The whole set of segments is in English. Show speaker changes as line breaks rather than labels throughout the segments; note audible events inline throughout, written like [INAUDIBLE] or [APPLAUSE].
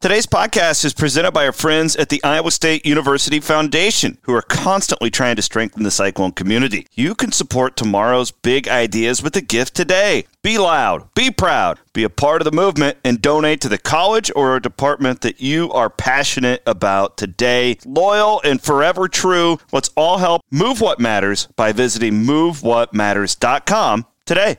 Today's podcast is presented by our friends at the Iowa State University Foundation, who are constantly trying to strengthen the Cyclone community. You can support tomorrow's big ideas with a gift today. Be loud, be proud, be a part of the movement, and donate to the college or a department that you are passionate about today. Loyal and forever true, let's all help move what matters by visiting movewhatmatters.com today.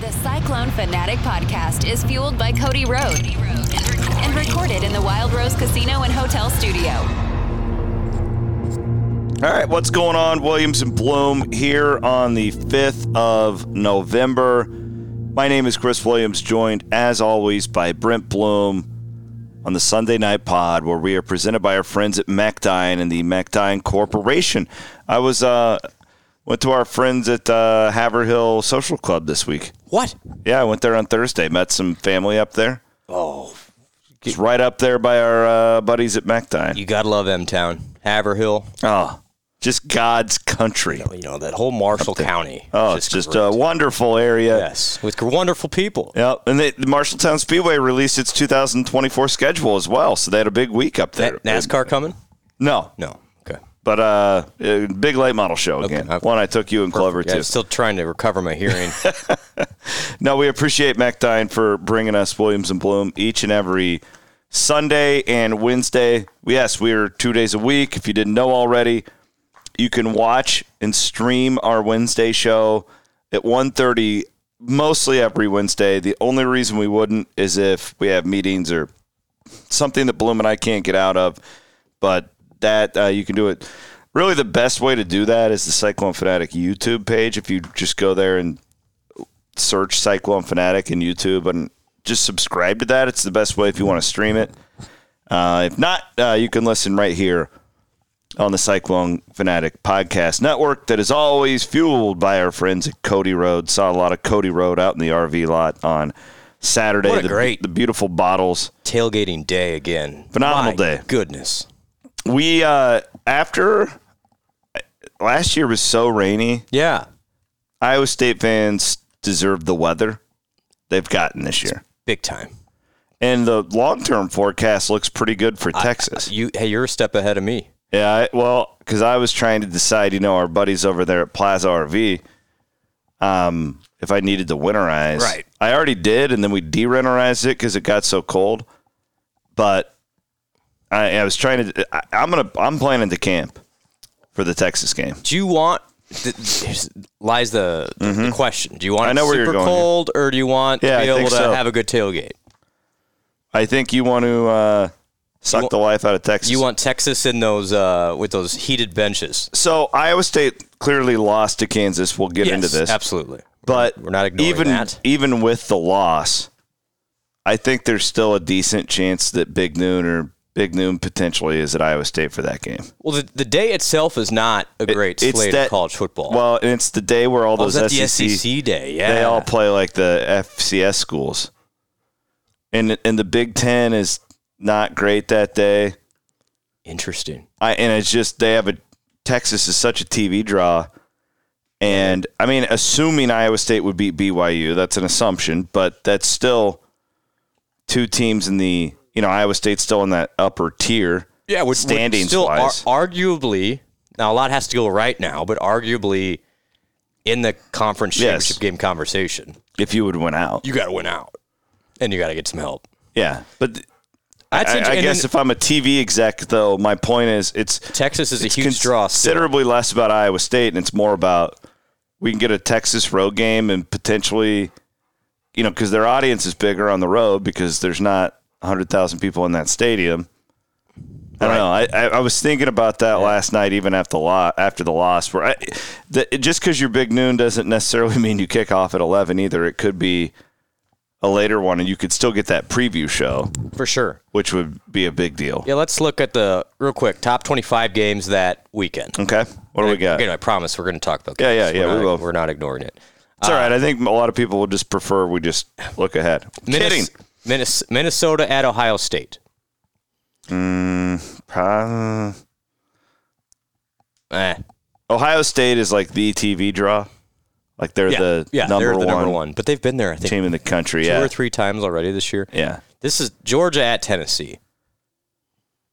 The Cyclone Fanatic podcast is fueled by Cody Road and recorded in the Wild Rose Casino and Hotel Studio.
All right, what's going on? Williams and Bloom here on the 5th of November. My name is Chris Williams, joined as always by Brent Bloom on the Sunday Night Pod, where we are presented by our friends at MacDine and the MacDine Corporation. I was, uh, went to our friends at uh, Haverhill Social Club this week.
What?
Yeah, I went there on Thursday, met some family up there. Oh, it's right up there by our uh, buddies at MacDine.
You gotta love M Town, Haverhill.
Oh, just God's country.
You know that whole Marshall County.
Oh, it's just
great.
a wonderful area.
yes, with wonderful people.
Yep. And they, the Marshalltown Speedway released its 2024 schedule as well, so they had a big week up there.
That NASCAR coming?
No,
No. Okay.
but uh, a big late model show again.
okay.
One I took you and Clover
Yeah,
to.
I'm still trying to recover
[LAUGHS]
my hearing.
No, we appreciate MacDine for bringing us Williams and Bloom each and every Sunday and Wednesday. Yes, we're two days a week. If you didn't know already, you can watch and stream our Wednesday show at 1.30 mostly every Wednesday. The only reason we wouldn't is if we have meetings or something that Bloom and I can't get out of. But that uh, you can do it. Really, the best way to do that is the Cyclone Fanatic YouTube page. If you just go there and search Cyclone Fanatic in YouTube and just subscribe to that. It's the best way if you want to stream it. Uh, if not, uh, you can listen right here on the Cyclone Fanatic podcast network that is always fueled by our friends at Cody Road. Saw a lot of Cody Road out in the RV lot on Saturday.
What a
the,
great-
the beautiful bottles.
Tailgating day again.
Phenomenal
My
day.
Goodness.
We uh, after last year was so rainy.
Yeah.
Iowa State fans deserve the weather they've gotten this year.
Big time.
And the long term forecast looks pretty good for Texas.
You hey, you're a step ahead of me.
yeah, I, well, because I was trying to decide, you know, our buddies over there at Plaza RV, um, if I needed to winterize.
Right.
I already did, and then we de winterized it because it got so cold. But I, I was trying to. I, I'm gonna. I'm planning to camp for the Texas game.
Do you want th- here's- lies the, the, the question. Do you want
Mm-hmm. I know
it
where you're
super
going here.
cold or do you want
Yeah,
to be
I think
able to
so.
have a good tailgate?
I think you want to uh, suck
wa-
the life out of Texas.
You want Texas in those uh, with those heated benches.
so Iowa State clearly lost to Kansas. We'll get into
Yes,
this.
Absolutely.
But
We're not ignoring
even
that.
even with the loss, I think there's still a decent chance that Big Noon or Big Noon potentially is at Iowa State for that game.
Well, the, the day itself is not a great
it's
slate
that-
of college football.
Well, and it's the day where all
oh, is
those
that
SEC,
the SEC day? Yeah.
they all play like the FCS schools, and and the Big Ten is not great that day.
Interesting.
I and it's just they have a Texas is such a TV draw. And I mean, assuming Iowa State would beat BYU, that's an assumption, but that's still two teams in the you know Iowa State's still in that upper tier.
Yeah, which would
standings
still ar-
wise.
arguably now a lot has to go right now, but arguably in the conference
Yes.
championship game conversation,
if you would win out,
you got to win out, and you got to get some help.
yeah. But
That's
I,
inter-
I
and
guess
then
if I'm a TV exec, though, my point is it's
Texas is a
it's
huge draw. Still.
considerably less about Iowa State, and it's more about we can get a Texas road game and potentially, you know, because their audience is bigger on the road because there's not 100,000 people in that stadium. I don't know. I, I, I was thinking about that last night, even after the loss. After the loss, where I, [LAUGHS] the, just because you're big noon doesn't necessarily mean you kick off at 11 either. It could be a later one, and you could still get that preview show,
for sure.
which would be a big deal.
Yeah, let's look at the real quick top 25 games that weekend.
Okay, what do we got?
Again, I promise we're going to talk about.
Yeah,
games.
yeah, yeah, we
We're not,
will.
We're not ignoring it.
It's all right. I think a lot of people would just prefer we just look ahead. Kidding.
Minnes- Minnes- Minnesota at Ohio State.
Uh,
Eh.
Ohio State is like the TV draw. Like they're
Yeah,
the,
yeah,
number,
they're
one
the number one, but they've been there I think
team in the country.
two
yeah.
or three times already this year.
Yeah.
This is Georgia at Tennessee.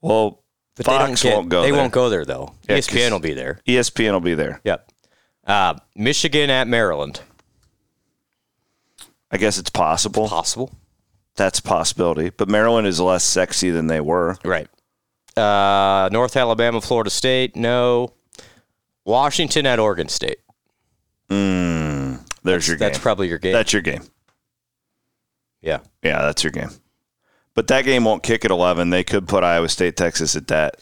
Well,
But
Fox
they don't get,
won't go.
They
there. E
won't go there though. E
Yeah, 'cause-
ESPN will be there.
ESPN will be there.
Yep. Uh, Michigan at Maryland.
I guess it's possible.
Possible.
That's a possibility. But Maryland is less sexy than they were.
Right. Uh, North Alabama, Florida State. No. Washington at Oregon State.
There's your game.
That's probably your game.
That's your game.
yeah.
Yeah, that's your game. But that game won't kick at 11. They could put Iowa State, Texas at that.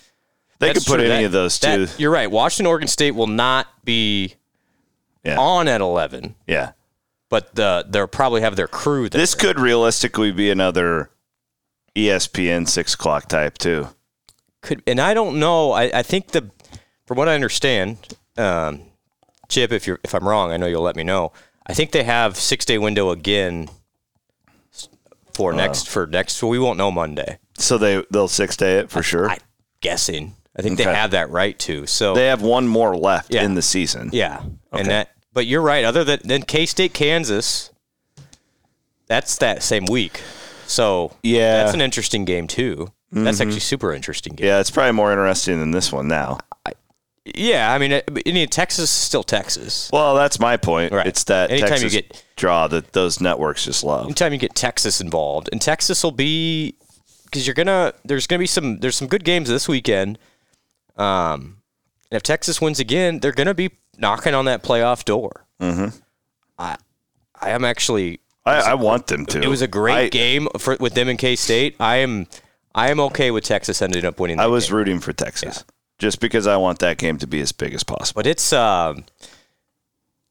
They
That's
could put
true.
any
That-
of those
that-
two.
You're right. Washington, Oregon State will not be
Yeah.
on at 11,
Yeah.
but the, they'll probably have their crew there.
This could realistically be another E ESPN six o'clock type too.
could, and I don't know. I, I think the, from what I understand, um, Chip, if you're if I'm wrong, I know you'll let me know. I think they have six day window again for next for next. So we won't know Monday.
So they they'll six day it for sure.
I guessing. I think they
Okay.
have that right to. So
they have one more left
Yeah.
in the season.
yeah, and that. But you're right. Other than then K State, Kansas, that's that same week. So
Yeah.
that's an interesting game too. That's actually super interesting game.
Yeah, it's probably more interesting than this one now.
Yeah, I mean, I I mean, Texas is still Texas.
Well, that's my point.
Right.
It's that
Anytime you
Texas
get-
draw that those networks just love.
Anytime you get Texas involved, and Texas will be because you're gonna there's gonna be some there's some good games this weekend. Um, and if Texas wins again, they're gonna be knocking on that playoff door. Mm-hmm. I I am actually
I, I want them to.
It was a great
I-
game for, with them and K State. I am I am okay with Texas ending up winning.
I
that
was
game.
rooting for Texas just because I want that game to be as big as possible.
but it's um,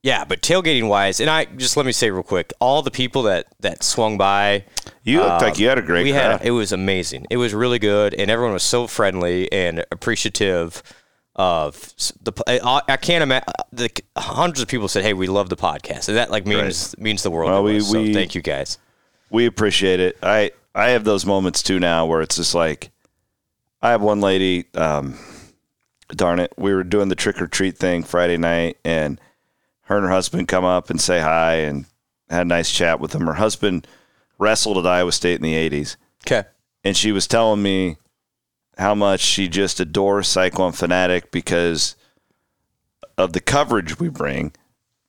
yeah, but tailgating wise, and I just let me say real quick, all the people that that swung by,
You looked like you had a great
um, we
crowd.
had it was amazing. It was really good, and everyone was so friendly and appreciative of s- the. p- I, I can't imagine the c- hundreds of people said, "Hey, we love the podcast," and that like means means the world.
Well,
to
we-
us, so
we-
thank you guys.
we appreciate it. I I have those moments too now where it's just like I have one lady, um, darn it, we were doing the trick or treat thing Friday night, and her and her husband come up and say hi and had a nice chat with them. Her husband wrestled at Iowa State in the eighties,
Okay,
and she was telling me how much she just adores Cyclone Fanatic because of the coverage we bring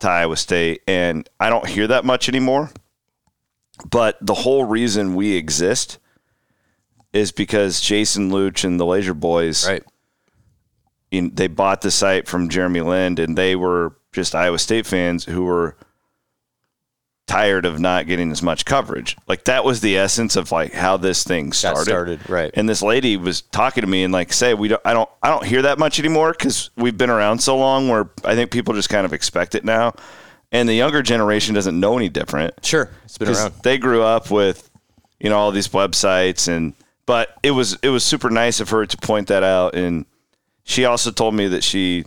to Iowa State. And I don't hear that much anymore. But the whole reason we exist is because Jason Luch and the Laser Boys
right.
in, they bought the site from Jeremy Lind, and they were just Iowa State fans who were tired of not getting as much coverage. Like that was the essence of like how this thing started.
started, right.
And this lady was talking to me and like, say we don't, I don't, I don't hear that much anymore because we've been around so long. Where I think people just kind of expect it now, and the younger generation doesn't know any different.
Sure, it's been
'Cause
around.
They grew up with, you know, all these websites and but it was it was super nice of her to point that out and she also told me that she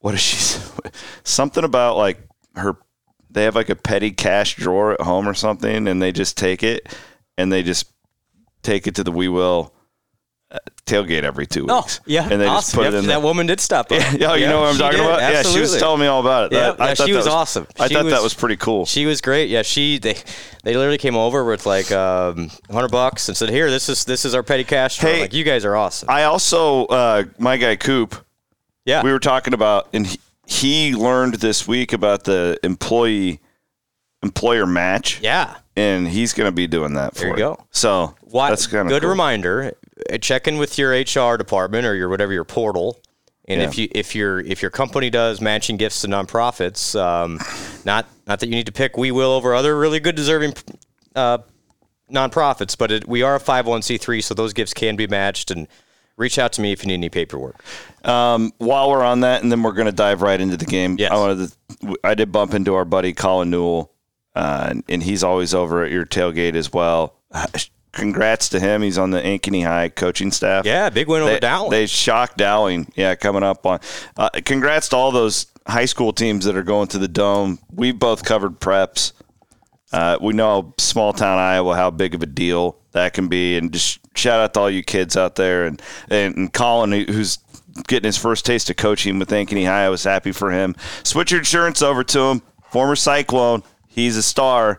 what is she [LAUGHS] s- something about like her they have like a petty cash drawer at home or something and they just take it and they just take it to the we will uh, tailgate every two
Oh,
weeks
yeah.
and they
awesome.
just put
Yep,
it in the,
That woman did stop.
[LAUGHS]
Yeah,
yeah, oh, you know what I'm talking about? Yeah, she was telling me all about it.
Yeah,
That- I
yeah,
thought
she
that
was awesome.
I
She
thought that
was-
was pretty cool.
She was great. Yeah, she they they literally came over with like um, hundred bucks and said, "Here, this is this is our petty cash." drawer."
Hey.
like you guys are awesome.
I also, uh, my guy Coop,
yeah,
we were talking about, and he, he learned this week about the employee employer match,
yeah.
and he's going to be doing that for
There you
it.
go.
So
Why,
that's kind of
good
cool.
reminder. Uh, Check in with your HR department or your whatever your portal. And if
Yeah.
you if your if your company does matching gifts to nonprofits, um, not not that you need to pick We Will over other really good deserving uh, nonprofits, but it, we are a five hundred one c three, so those gifts can be matched. And reach out to me if you need any paperwork.
While we're on that, and then we're going to dive right into the game.
Yes.
I wanted to, I did bump into our buddy Colin Newell. uh, and, and he's always over at your tailgate as well. Congrats to him. He's on the Ankeny High coaching staff.
Yeah, big win over
they,
Dowling.
They shocked Dowling. Yeah, coming up on. Uh, congrats to all those high school teams that are going to the dome. We both covered preps. Uh, we know small town Iowa how big of a deal that can be, and just shout out to all you kids out there and and, and Colin who- who's getting his first taste of coaching with Ankeny High. I was happy for him. Switch your insurance over to him. Former Cyclone, he's a star.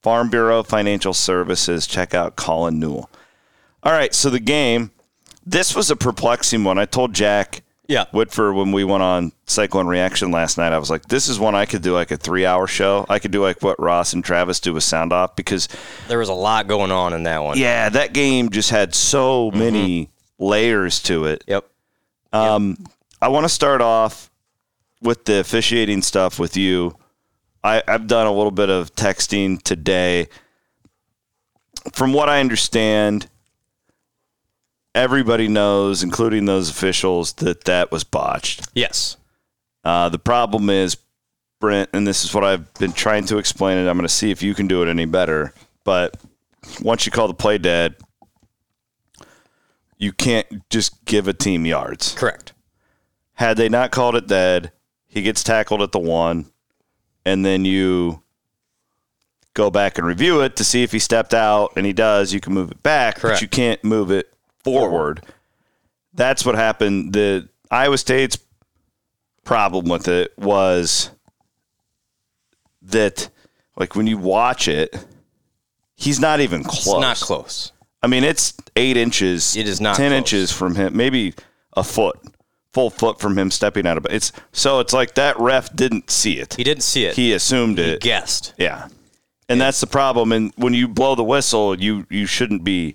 Farm Bureau Financial Services. Check out Colin Newell. All right, so the game. This was a perplexing one. I told Jack
Yeah.
Whitford when we went on Cyclone Reaction last night. I was like, this is one I could do like a three hour show. I could do like what Ross and Travis do with Sound Off because,
There was a lot going on in that one.
yeah, that game just had so many layers to it.
Yep.
I want to start off with the officiating stuff with you. I, I've done a little bit of texting today. From what I understand, everybody knows, including those officials, that that was botched.
Yes.
Uh, the problem is, Brent, and this is what I've been trying to explain, and I'm going to see if you can do it any better. But once you call the play dead, you can't just give a team yards.
Correct.
Had they not called it dead, he gets tackled at the one, and then you go back and review it to see if he stepped out, and he does. You can move it back,
Correct.
but you can't move it forward. That's what happened. The Iowa State's problem with it was that, like, when you watch it, he's not even close.
It's not close.
I mean, it's eight inches.
It is not
ten
close.
inches from him. Maybe a foot, full foot from him stepping out of it. It's so it's like that ref didn't see it.
He didn't see it.
He assumed it.
guessed.
yeah, and that's the problem. And when you blow the whistle, you you shouldn't be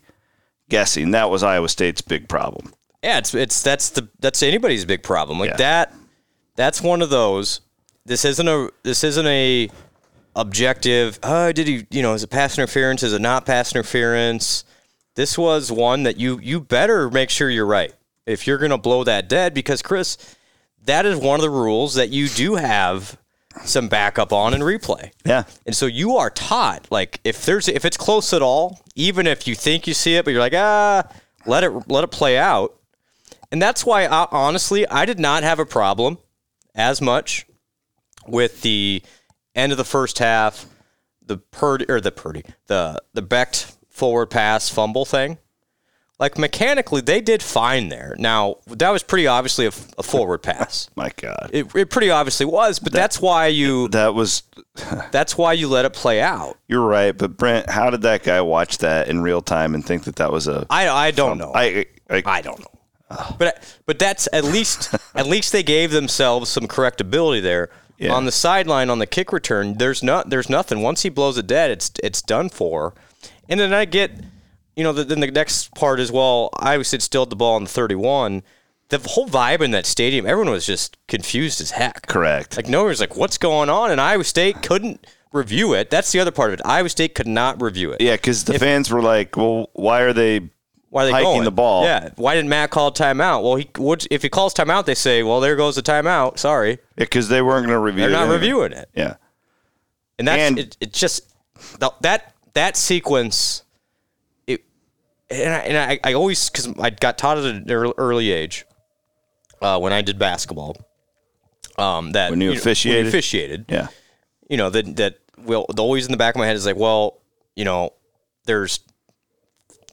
guessing. That was Iowa State's big problem.
Yeah, it's it's that's the that's anybody's big problem. Like
Yeah.
that that's one of those. This isn't a this isn't a objective. Oh, did he, you know, is it pass interference? Is it not pass interference? This was one that you you better make sure you're right if you're going to blow that dead because Chris, that is one of the rules that you do have some backup on and replay.
Yeah,
And so you are taught like if there's if it's close at all, even if you think you see it, but you're like ah, let it let it play out. And that's why I, honestly I did not have a problem as much with the end of the first half, the Purdy or the Purdy the the Becht forward pass fumble thing. Like mechanically, they did fine there. Now that was pretty obviously a, f- a forward pass.
my God,
It, it pretty obviously was, but that's why you
that was
that's why you let it play out.
you're right. But Brent, how did that guy watch that in real time and think that that was a?
I, I don't know. I,
I I, I
don't know. But but that's at least at least they gave themselves some correctability there.
Yeah.
On the sideline on the kick return, there's not there's nothing. Once he blows it dead, it's it's done for. And then I get, you know, the, then the next part is well, Iowa State still had the ball on the 31. The whole vibe in that stadium, everyone was just confused as heck.
correct.
Like no one was like, what's going on? And Iowa State couldn't review it. That's the other part of it. Iowa State could not review it.
yeah, because the fans were like, "Well, why are they
why are they
hiking
going?
the ball.
Yeah. Why didn't Matt call timeout? Well, he would if he calls timeout, they say, "Well, there goes the timeout." Sorry,
Because they weren't going to review.
they're
it
not
anyway.
reviewing it.
Yeah,
And that's
And-
it, it's just th- that that sequence. It and I, and I, I always because I got taught at an ear- early age uh, when I did basketball. Um, that
When you
know,
officiated?
officiated,
yeah.
you know that that will the always in the back of my head is like, well, you know, there's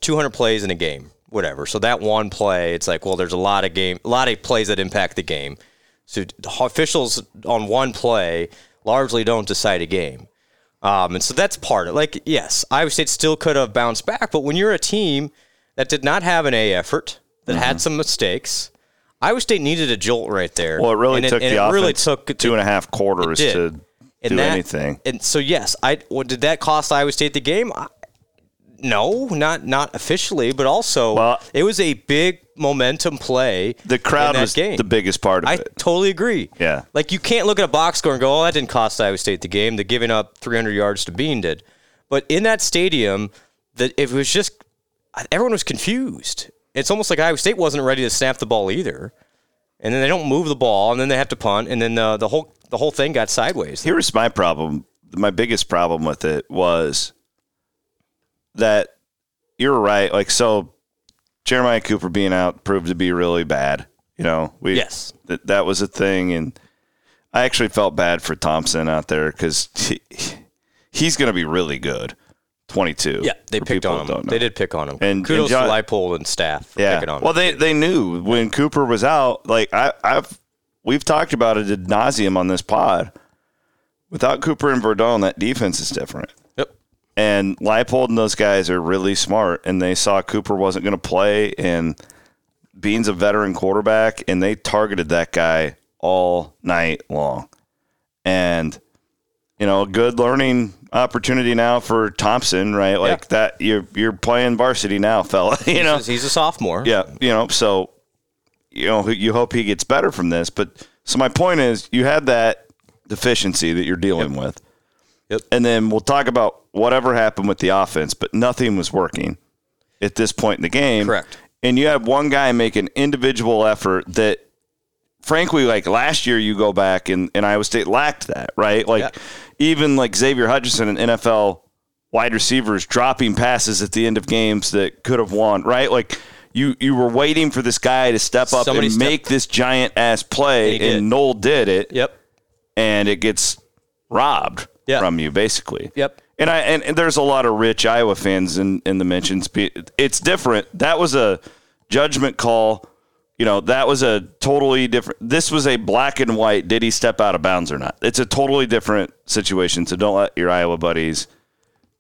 200 plays in a game, whatever. So that one play, it's like, well, there's a lot of game, a lot of plays that impact the game. So the officials on one play largely don't decide a game, um, and so that's part of like yes, Iowa State still could have bounced back, but when you're a team that did not have an A effort that
Mm-hmm.
had some mistakes. Iowa State needed a jolt right there.
Well, it really
and
took
and
the
it
offense
really took
two and a half quarters
did.
to
And
do
that-
anything.
And so, yes, I well, did that cost Iowa State the game? I, no, not not officially, but also
Well-
it was a big momentum play.
The crowd
in that
was
game.
the biggest part of
I
it.
totally agree.
Yeah.
like you can't look at a box score and go, "Oh, that didn't cost Iowa State the game." The giving up 300 yards to Bean did, but in that stadium, that it was just everyone was confused. It's almost like Iowa State wasn't ready to snap the ball either, and then they don't move the ball, and then they have to punt, and then the, the whole the whole thing got sideways.
Here's my problem my biggest problem with it was that you're right. Like so, Jeremiah Cooper being out proved to be really bad. You know, we
Yes.
that that was a thing, and I actually felt bad for Thompson out there because [LAUGHS] he, he's going to be really good. Twenty two.
Yeah, they picked on him. They did pick on him.
And-
kudos
and John-
to Leipold and staff for picking on him.
Well, they they knew when Cooper was out. Like I, I've we've talked about it ad nauseum on this pod. Without Cooper and Verdon, that defense is different.
yep.
And Leipold and those guys are really smart, and they saw Cooper wasn't going to play, and Bean's a veteran quarterback, and they targeted that guy all night long. And you know, a good learning opportunity now for Thompson, right? Like that, you're you're playing varsity now, fella. [LAUGHS] You know,
He's- he's a sophomore.
yeah, you know, so you know, you hope he gets better from this. But so my point is, you had that deficiency that you're dealing with,
Yep.
and then we'll talk about whatever happened with the offense, but nothing was working at this point in the game.
Correct.
And you had one guy make an individual effort that, frankly, like last year, you go back and, and Iowa State lacked that, right? Like
Yeah.
even like Xavier Hutchinson and NFL wide receivers dropping passes at the end of games that could have won, right? Like you you were waiting for this guy to step up
Somebody
and
stepped-
make this giant ass play,
And he did.
and Noel did it,
Yep.
and it gets robbed
Yeah.
from you basically.
Yep.
And I and, and there's a lot of rich Iowa fans in in the mentions. Pe- It's different. That was a judgment call. You know, that was a totally different. This was a black and white. Did he step out of bounds or not? It's a totally different situation. So don't let your Iowa buddies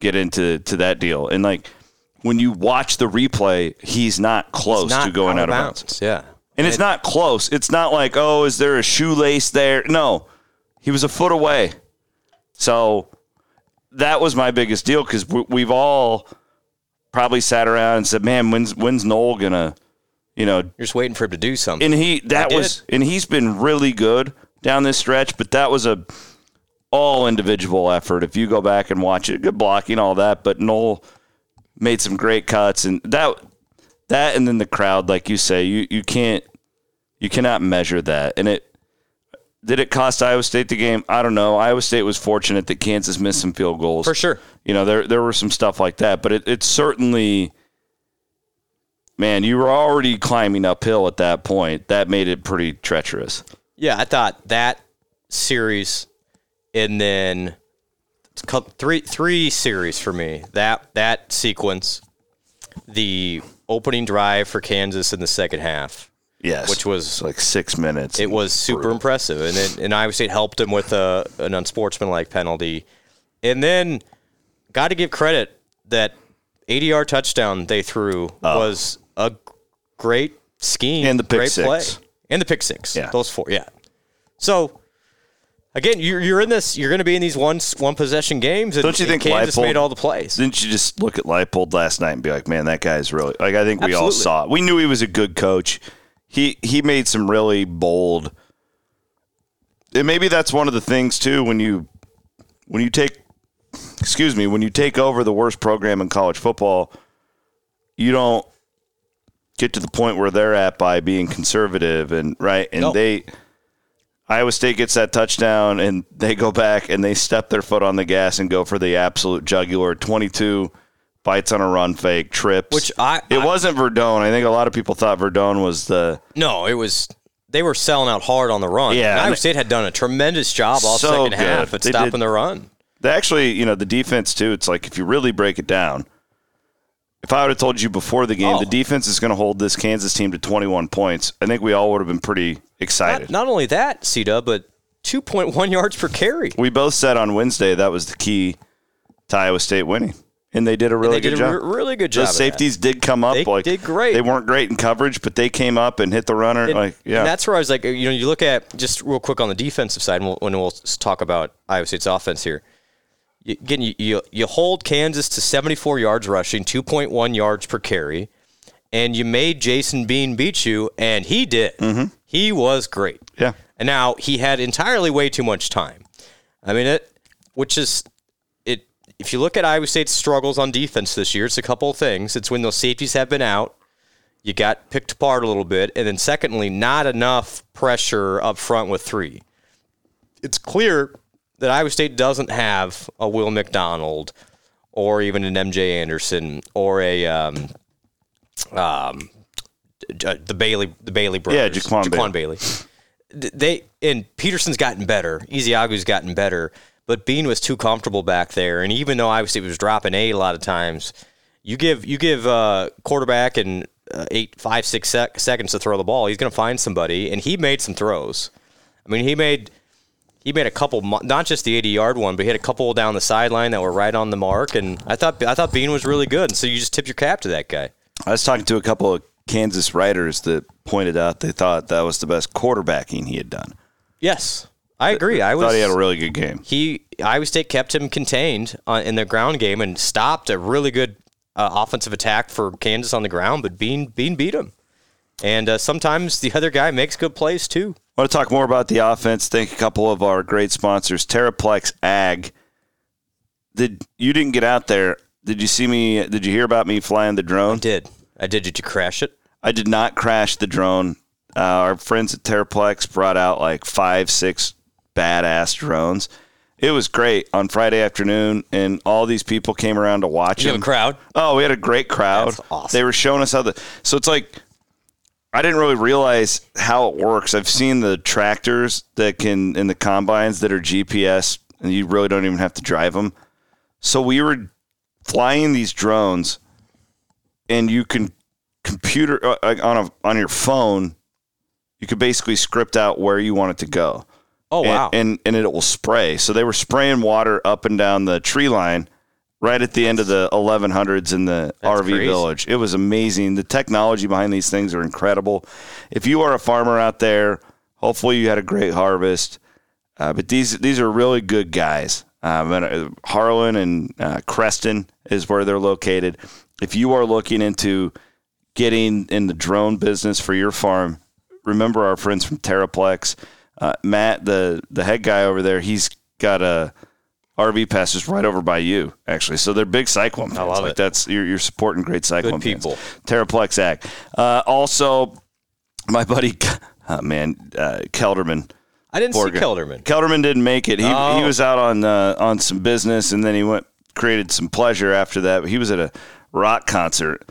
get into to that deal. And like when you watch the replay, he's not close
Not
to going out of bounds.
Yeah.
And it's not close. It's not like, oh, is there a shoelace there? No, he was a foot away. So that was my biggest deal because we've all probably sat around and said, man, when's when's Noel gonna, you know?
You're just waiting for him to do something.
And he that
did.
was and he's been really good down this stretch, but that was a all individual effort. If you go back and watch it, good blocking, all that, but Noel made some great cuts and that that and then the crowd like you say you you can't you cannot measure that and it did it cost Iowa State the game I don't know Iowa State was fortunate that Kansas missed some field goals
For sure.
you know there there were some stuff like that but it, it certainly man you were already climbing uphill at that point that made it pretty treacherous
Yeah, I thought that series, and then it's called three three series for me. That that sequence, the opening drive for Kansas in the second half,
yes
which was
It's like 6 minutes
it was super impressive, and then and Iowa State helped him with a an unsportsmanlike penalty, and then got to give credit that ADR touchdown they threw was a great scheme
Oh. And the pick
great play.
six.
and the pick six.
Yeah.
those four. Yeah. So again, you're you're in this. You're going to be in these one one possession games. And,
Don't you
and
think
Kansas
Leipold-
made all the plays?
Didn't you just look at Leipold last night and be like, man, that guy's really like I think we all
Absolutely.
saw it. We knew he was a good coach. He he made some really bold and maybe that's one of the things too when you when you take excuse me, when you take over the worst program in college football, you don't get to the point where they're at by being conservative and right and
No.
they Iowa State gets that touchdown and they go back and they step their foot on the gas and go for the absolute jugular 22 bites on a run fake trips
Which I-
it
I-
wasn't Verdone I think a lot of people thought Verdone was the
No, it was. They were selling out hard on the run.
Yeah,
and Iowa
and-
State had done a tremendous job all
So
second half
good.
at
They
stopping
did-
the run.
They actually, you know, the defense too. It's like if you really break it down, if I would have told you before the game
Oh.
the defense is going to hold this Kansas team to 21 points, I think we all would have been pretty
Not,
excited.
not only that, Cita, but 2.1 yards per carry.
we both said on Wednesday that was the key to Iowa State winning, and they did a really
they
good
did
job.
a re- really good job.
Those
of that.
safeties did come up.
They
like
did great.
They weren't great in coverage, but they came up and hit the runner.
And-
like yeah,
and that's where I was like, you know, you look at just real quick on the defensive side, and we'll, and we'll s- talk about Iowa State's offense here. You, again, you, you you hold Kansas to 74 yards rushing, 2.1 yards per carry, and you made Jason Bean beat you, and he did.
Mm-hmm.
He was great.
yeah.
And now he had entirely way too much time. I mean it which is it if you look at Iowa State's struggles on defense this year, it's a couple of things. It's when those safeties have been out, you got picked apart a little bit, and then secondly, not enough pressure up front with three. It's clear that Iowa State doesn't have a Will McDonald or even an MJ Anderson or a um, um, J- the Bailey the Bailey brothers.
Jaquan
Bailey. D- They and Peterson's gotten better. Iziagu's gotten better, but Bean was too comfortable back there. And even though Iowa State was dropping eight a lot of times, you give you give uh, quarterback and uh, eight five six sec- seconds to throw the ball. He's going to find somebody, and he made some throws. I mean, he made he made a couple, mo- not just the 80 yard one, but he had a couple down the sideline that were right on the mark. And I thought I thought Bean was really good. And so you just tip your cap to that guy.
I was talking to a couple of Kansas writers that pointed out they thought that was the best quarterbacking he had done.
Yes, I agree. I was
thought he had a really good game.
he Iowa State kept him contained on, in the ground game and stopped a really good uh, offensive attack for Kansas on the ground. But Bean Bean beat him. And uh, sometimes the other guy makes good plays too.
want to talk more about the offense. Thank a couple of our great sponsors, Terraplex Ag. Did you didn't get out there? Did you see me? Did you hear about me flying the drone?
Did I did you, crash it?
I did not crash the drone. Uh, our friends at Terraplex brought out like five, six badass drones. It was great on Friday afternoon, and all these people came around to watch
Did you
it.
have a crowd?
Oh, we had a great crowd.
That's awesome.
They were showing us how the so it's like I didn't really realize how it works. I've seen the tractors that can in the combines that are GPS, and you really don't even have to drive them. So we were flying these drones, and you can computer uh, uh, on a on your phone. You could basically script out where you want it to go
Oh
and,
wow!
and and it will spray. So they were spraying water up and down the tree line, right at the end of the 1100s in the
That's
RV
crazy.
village. It was amazing. The technology behind these things are incredible. If you are a farmer out there, hopefully you had a great harvest. Uh, but these these are really good guys. Um, and, uh, Harlan and uh, Creston is where they're located. If you are looking into getting in the drone business for your farm, remember our friends from Terraplex. Uh, Matt, the the head guy over there, he's got a RV pass just right over by you, actually. So they're big cyclone fans. I
love
like
it.
That's you're, you're supporting great cyclone
Good people.
Fans. Terraplex Act. Uh, also, my buddy, [LAUGHS] oh man, uh, Kelderman.
I didn't
Borga.
see Kelderman.
Kelderman didn't make it. He,
Oh.
he was out on uh, on some business, and then he went created some pleasure after that. He was at a rock concert.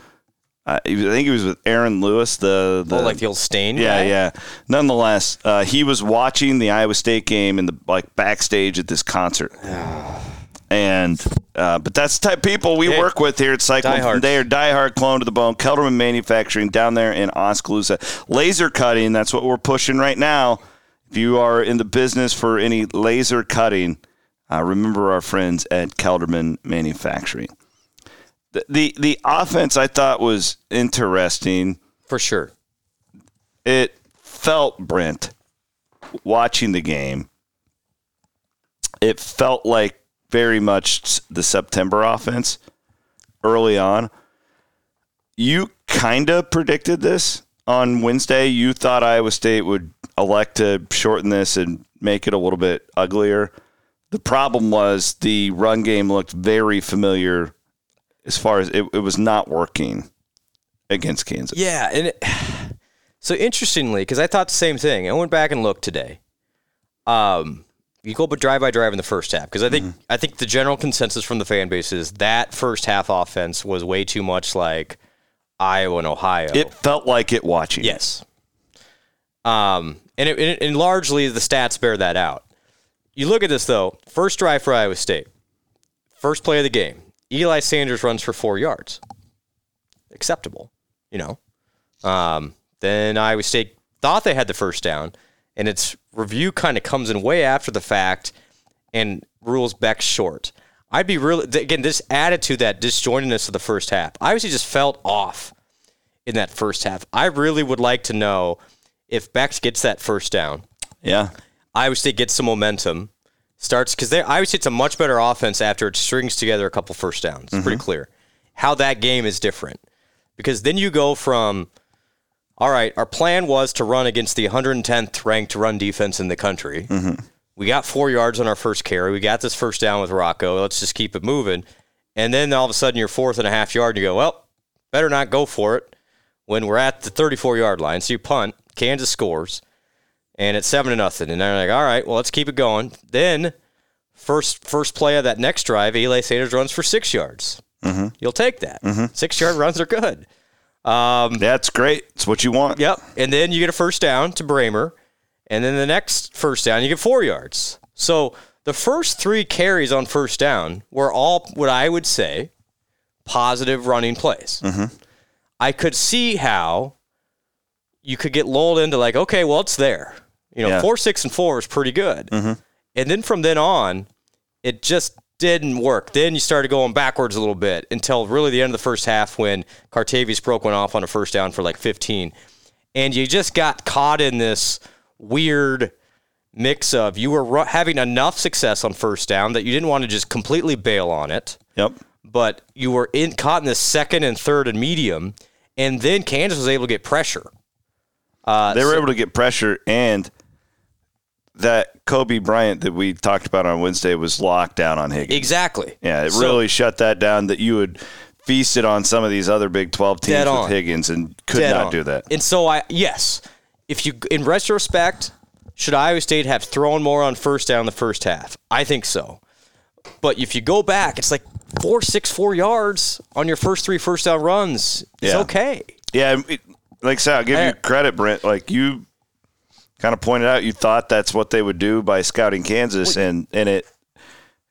Uh, he was- I think he was with Aaron Lewis, the, the
oh, like the old stain.
yeah,
guy?
yeah. Nonetheless, uh, he was watching the Iowa State game in the like backstage at this concert. And uh, but that's the type of people we
Hey,
work with here at Cycle.
diehards.
They are diehard clone to the bone. Kelderman Manufacturing down there in Oskaloosa. Laser cutting, that's what we're pushing right now. If you are in the business for any laser cutting, uh, remember our friends at Kelderman Manufacturing. The, the the offense I thought was interesting
for sure.
it felt Brent watching the game. It felt like very much s- the September offense early on. You kind of predicted this on Wednesday. You thought Iowa State would elect to shorten this and make it a little bit uglier. The problem was the run game looked very familiar as far as it, it was not working against Kansas.
Yeah, and it, [SIGHS] so interestingly, because I thought the same thing. I went back and looked today. Um, you go but drive by drive in the first half because I think I think the general consensus from the fan base is that first half offense was way too much like Iowa and Ohio.
It felt like it watching.
Yes. Um, and, it, and, it- and largely the stats bear that out. You look at this though. First drive for Iowa State. First play of the game. Eli Sanders runs for four yards. Acceptable, you know. Um, then Iowa State thought they had the first down, and its review kind of comes in way after the fact and rules Beck short. I'd be really again this attitude that disjointedness of the first half. I obviously just felt off in that first half. I really would like to know if Beck gets that first down.
Yeah.
Iowa State gets some momentum, starts because they Iowa State's a much better offense after it strings together a couple first downs. It's pretty clear how that game is different because then you go from all right, our plan was to run against the 110th ranked run defense in the country. We got four yards on our first carry. We got this first down with Rocco. Let's just keep it moving. And then all of a sudden, you're fourth and a half yard, and you go, well, better not go for it when we're at the 34 yard line. So you punt. Kansas scores and it's seven to nothing. And they're like, all right, well, let's keep it going. Then First first play of that next drive, Eli Sanders runs for six yards. You'll take that. Six yard runs are good.
That's great. It's what you want.
Yep. And then you get a first down to Bramer. And then the next first down, you get four yards. So the first three carries on first down were all what I would say positive running plays. I could see how you could get lulled into like, okay, well, it's there. You know,
Yeah.
four, six, and four is pretty good. And then from then on, it just didn't work. Then you started going backwards a little bit until really the end of the first half when Cartavius broke one off on a first down for like 15. And you just got caught in this weird mix of you were ru- having enough success on first down that you didn't want to just completely bail on it
Yep.
but you were in caught in the second and third and medium, and then Kansas was able to get pressure.
they were able to get pressure and that Kobe Bryant that we talked about on Wednesday was locked down on Higgins.
Exactly.
Yeah, it
So-
really shut that down that you had feasted on some of these other Big 12 teams
Dead
with
on.
Higgins and could
Dead
not
on.
do that.
And so I yes, if you in retrospect, should Iowa State have thrown more on first down in the first half? I think so. But if you go back, it's like four, six, four yards on your first three first down runs. It's
Yeah.
okay.
Yeah, and it- like I said, I'll give
Hey.
you credit, Brent. Like you kind of pointed out, you thought that's what they would do by scouting Kansas, and and it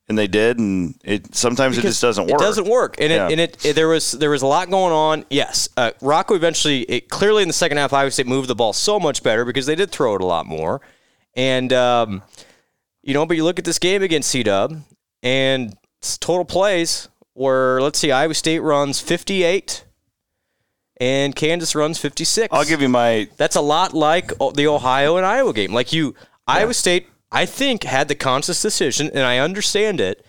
and they did, and it sometimes it just doesn't work.
It doesn't work, and
Yeah.
it, and it, it- there was there was a lot going on. Yes, uh, Rocco eventually it, clearly in the second half, Iowa State moved the ball so much better because they did throw it a lot more, and um, you know. But you look at this game against C Dub, and s- total plays were let's see, Iowa State runs fifty eight, and Kansas runs fifty six.
I'll give you my
That's a lot like o- the Ohio and Iowa game. Like you, Iowa State, I think, had the conscious decision, and I understand it.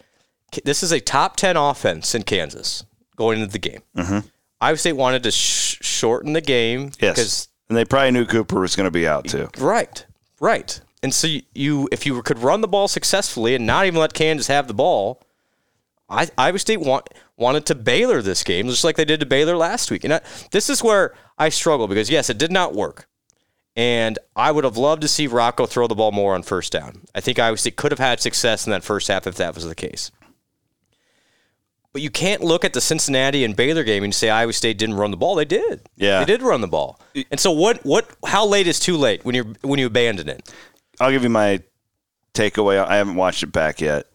K- This is a top 10 offense in Kansas going into the game. Mm-hmm. Iowa State wanted to sh- shorten the game.
yes, and they probably knew Cooper was going to be out too.
Right, right. And so you, you if you could run the ball successfully and not even let Kansas have the ball, I, Iowa State want, wanted to Baylor this game, just like they did to Baylor last week. And I, this is where I struggle because, yes, it did not work. And I would have loved to see Rocco throw the ball more on first down. I think Iowa State could have had success in that first half if that was the case. But you can't look at the Cincinnati and Baylor game and say Iowa State didn't run the ball. They did.
Yeah.
They did run the ball. And so what what how late is too late when you're when you abandon it?
I'll give you my takeaway. I haven't watched it back yet.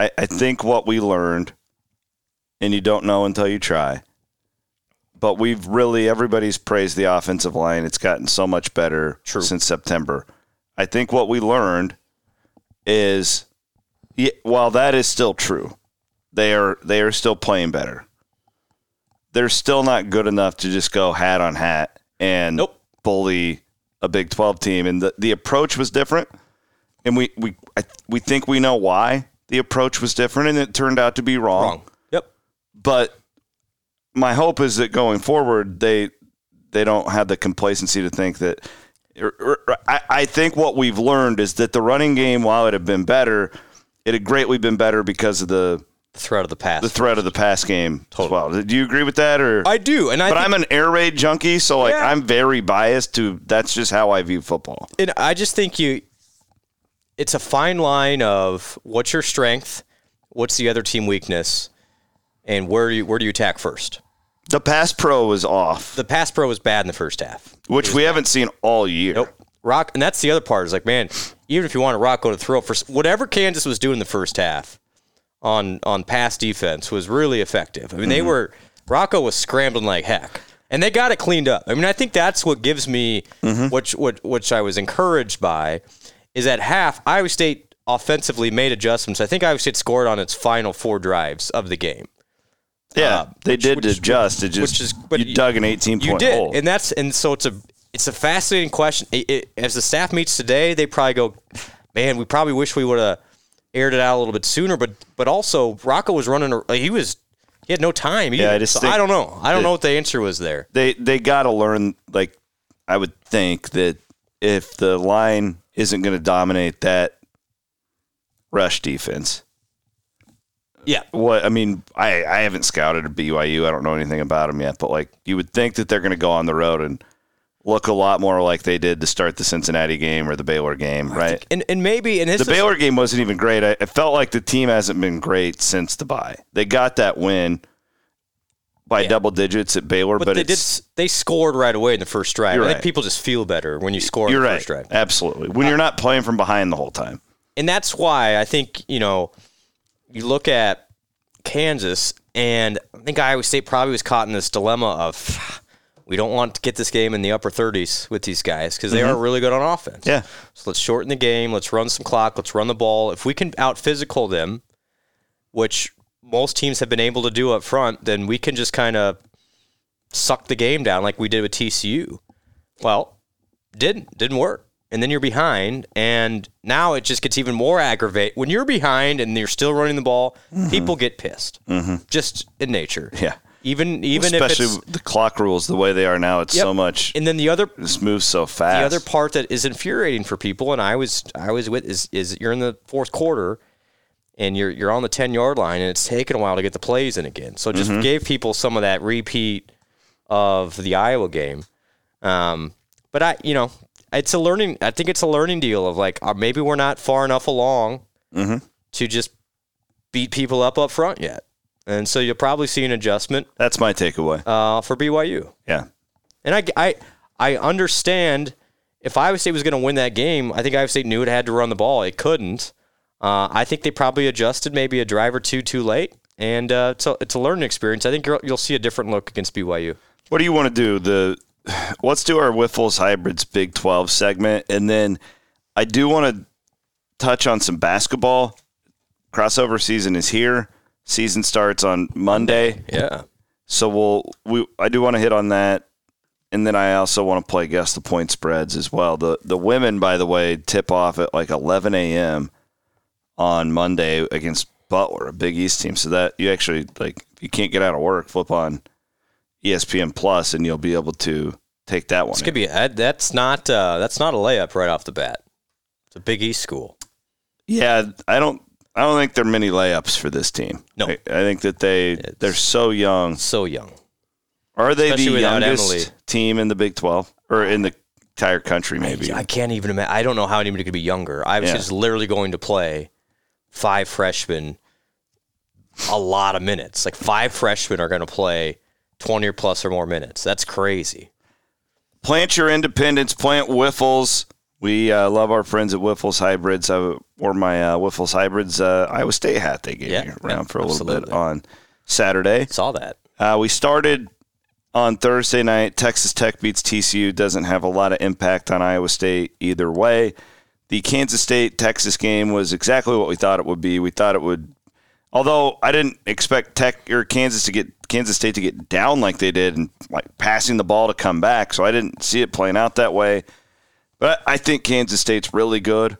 I, I think what we learned, and you don't know until you try, but we've really, everybody's praised the offensive line. It's gotten so much better since September. I think what we learned is yeah, while that is still true, they are they are still playing better. They're still not good enough to just go hat on hat and
Nope.
bully a Big Twelve team. And the, the approach was different, and we we I, we think we know why the approach was different, and it turned out to be wrong.
Wrong. Yep.
But my hope is that going forward, they they don't have the complacency to think that. or- or- I, I think what we've learned is that the running game, while it had been better, it had greatly been better because of the
The threat of the pass.
the threat of the pass game as well. Do you agree with that, or?
I do, and I
but
think-
I'm an air raid junkie, so like
Yeah.
I'm very biased to. That's just how I view football.
and I just think you it's a fine line of what's your strength, what's the other team weakness, and where do you where do you attack first?
The pass pro was off,
The pass pro was bad in the first half.
which we haven't seen all year.
Nope. Rock, and that's the other part is like, man, even if you want to rock on a throw for whatever Kansas was doing the first half on on pass defense was really effective. I mean, they were Rocco was scrambling like heck, and they got it cleaned up. I mean, I think that's what gives me which what which I was encouraged by is at half Iowa State offensively made adjustments. I think Iowa State scored on its final four drives of the game.
Yeah,
Uh,
they
which-
did
which-
adjust. It just
which is- but
you
you-
dug an 18
You
point
did,
hole.
and that's and so it's a it's a fascinating question. It- it- as the staff meets today, they probably go, "Man, we probably wish we would have aired it out a little bit sooner." But but also, Rocco was running. a- He was he had no time. Either.
I just
so
think
I don't know. I don't
that-
know what the answer was there.
they they got to learn. Like I would think that if the line isn't going to dominate that rush defense,
Yeah,
what I mean, I I haven't scouted a BYU. I don't know anything about them yet, but like you would think that they're going to go on the road and look a lot more like they did to start the Cincinnati game or the Baylor game, right?
And and maybe and this
The
is,
Baylor game wasn't even great. I, it felt like the team hasn't been great since the bye. They got that win by double digits at Baylor,
but,
but,
they did
it's
s- they scored right away in the first drive.
You're
I
right.
think people just feel better when you score
you're
in the
right,
first drive. Uh,
absolutely. When you're not playing from behind the whole time,
and that's why I think you know you look at Kansas, and I think Iowa State probably was caught in this dilemma of we don't want to get this game in the upper 30s with these guys because they are really good on offense.
Yeah.
So let's shorten the game. Let's run some clock. Let's run the ball. If we can out physical them, which most teams have been able to do up front, then we can just kind of suck the game down like we did with TCU. Well, didn't didn't work and then you're behind and now it just gets even more aggravate when you're behind and you're still running the ball people get pissed just in nature
Mm-hmm. Yeah.
even even
especially
if it's
the clock rules the way they are now. It's
Yep.
so much.
and then the other
This moves so
the
fast.
other part that is infuriating for people and i was i was with is is you're in the fourth quarter and you're you're on the 10 yard line and it's taking a while to get the plays in again so it just gave people some of that repeat of the iowa game um, but I, you know, it's a learning. I think it's a learning deal of like uh, maybe we're not far enough along to just beat people up up front yet, and so you'll probably see an adjustment
That's my takeaway.
uh, for BYU.
yeah,
And I, I, I understand if Iowa State was going to win that game, I think Iowa State knew it had to run the ball. It couldn't. Uh, I think they probably adjusted maybe a drive or two too late, and uh, it's, a, it's a learning experience. I think you're, you'll see a different look against BYU.
What do you want to do? The let's do our Wiffles Hybrids Big Twelve segment, and then I do want to touch on some basketball. Crossover season is here. Season starts on Monday,
Yeah.
so we'll we I do want to hit on that, and then I also want to play guess the point spreads as well. The the women, by the way, tip off at like eleven a.m. on Monday against Butler, a Big East team. So that you actually like if you can't get out of work, flip on E ESPN Plus, and you'll be able to take that one.
This could be uh, that's not uh, that's not a layup right off the bat. It's a Big East school.
Yeah, I don't. I don't think there are many layups for this team.
No.
I, I think that they they're so young.
So young.
Are they
Especially
the
without
youngest
Emily.
team in the Big Twelve or in the entire country? Maybe
I can't even imagine. I don't know how anybody could be younger. I was
Yeah.
just literally going to play five freshmen a lot of minutes. Like five freshmen are going to play 20 or plus or more minutes. That's crazy.
plant your independence, plant Wiffles. We uh, love our friends at Wiffles Hybrids. I wore my uh, Wiffles Hybrids uh, Iowa State hat they gave
Yeah,
me around
yeah,
for a little bit
absolutely.
on Saturday.
Saw that.
Uh, we started on Thursday night. Texas Tech beats TCU. Doesn't have a lot of impact on Iowa State either way. The Kansas State Texas game was exactly what we thought it would be. We thought it would, although I didn't expect Tech or Kansas to get Kansas State to get down like they did and like passing the ball to come back. So I didn't see it playing out that way. But I think Kansas State's really good.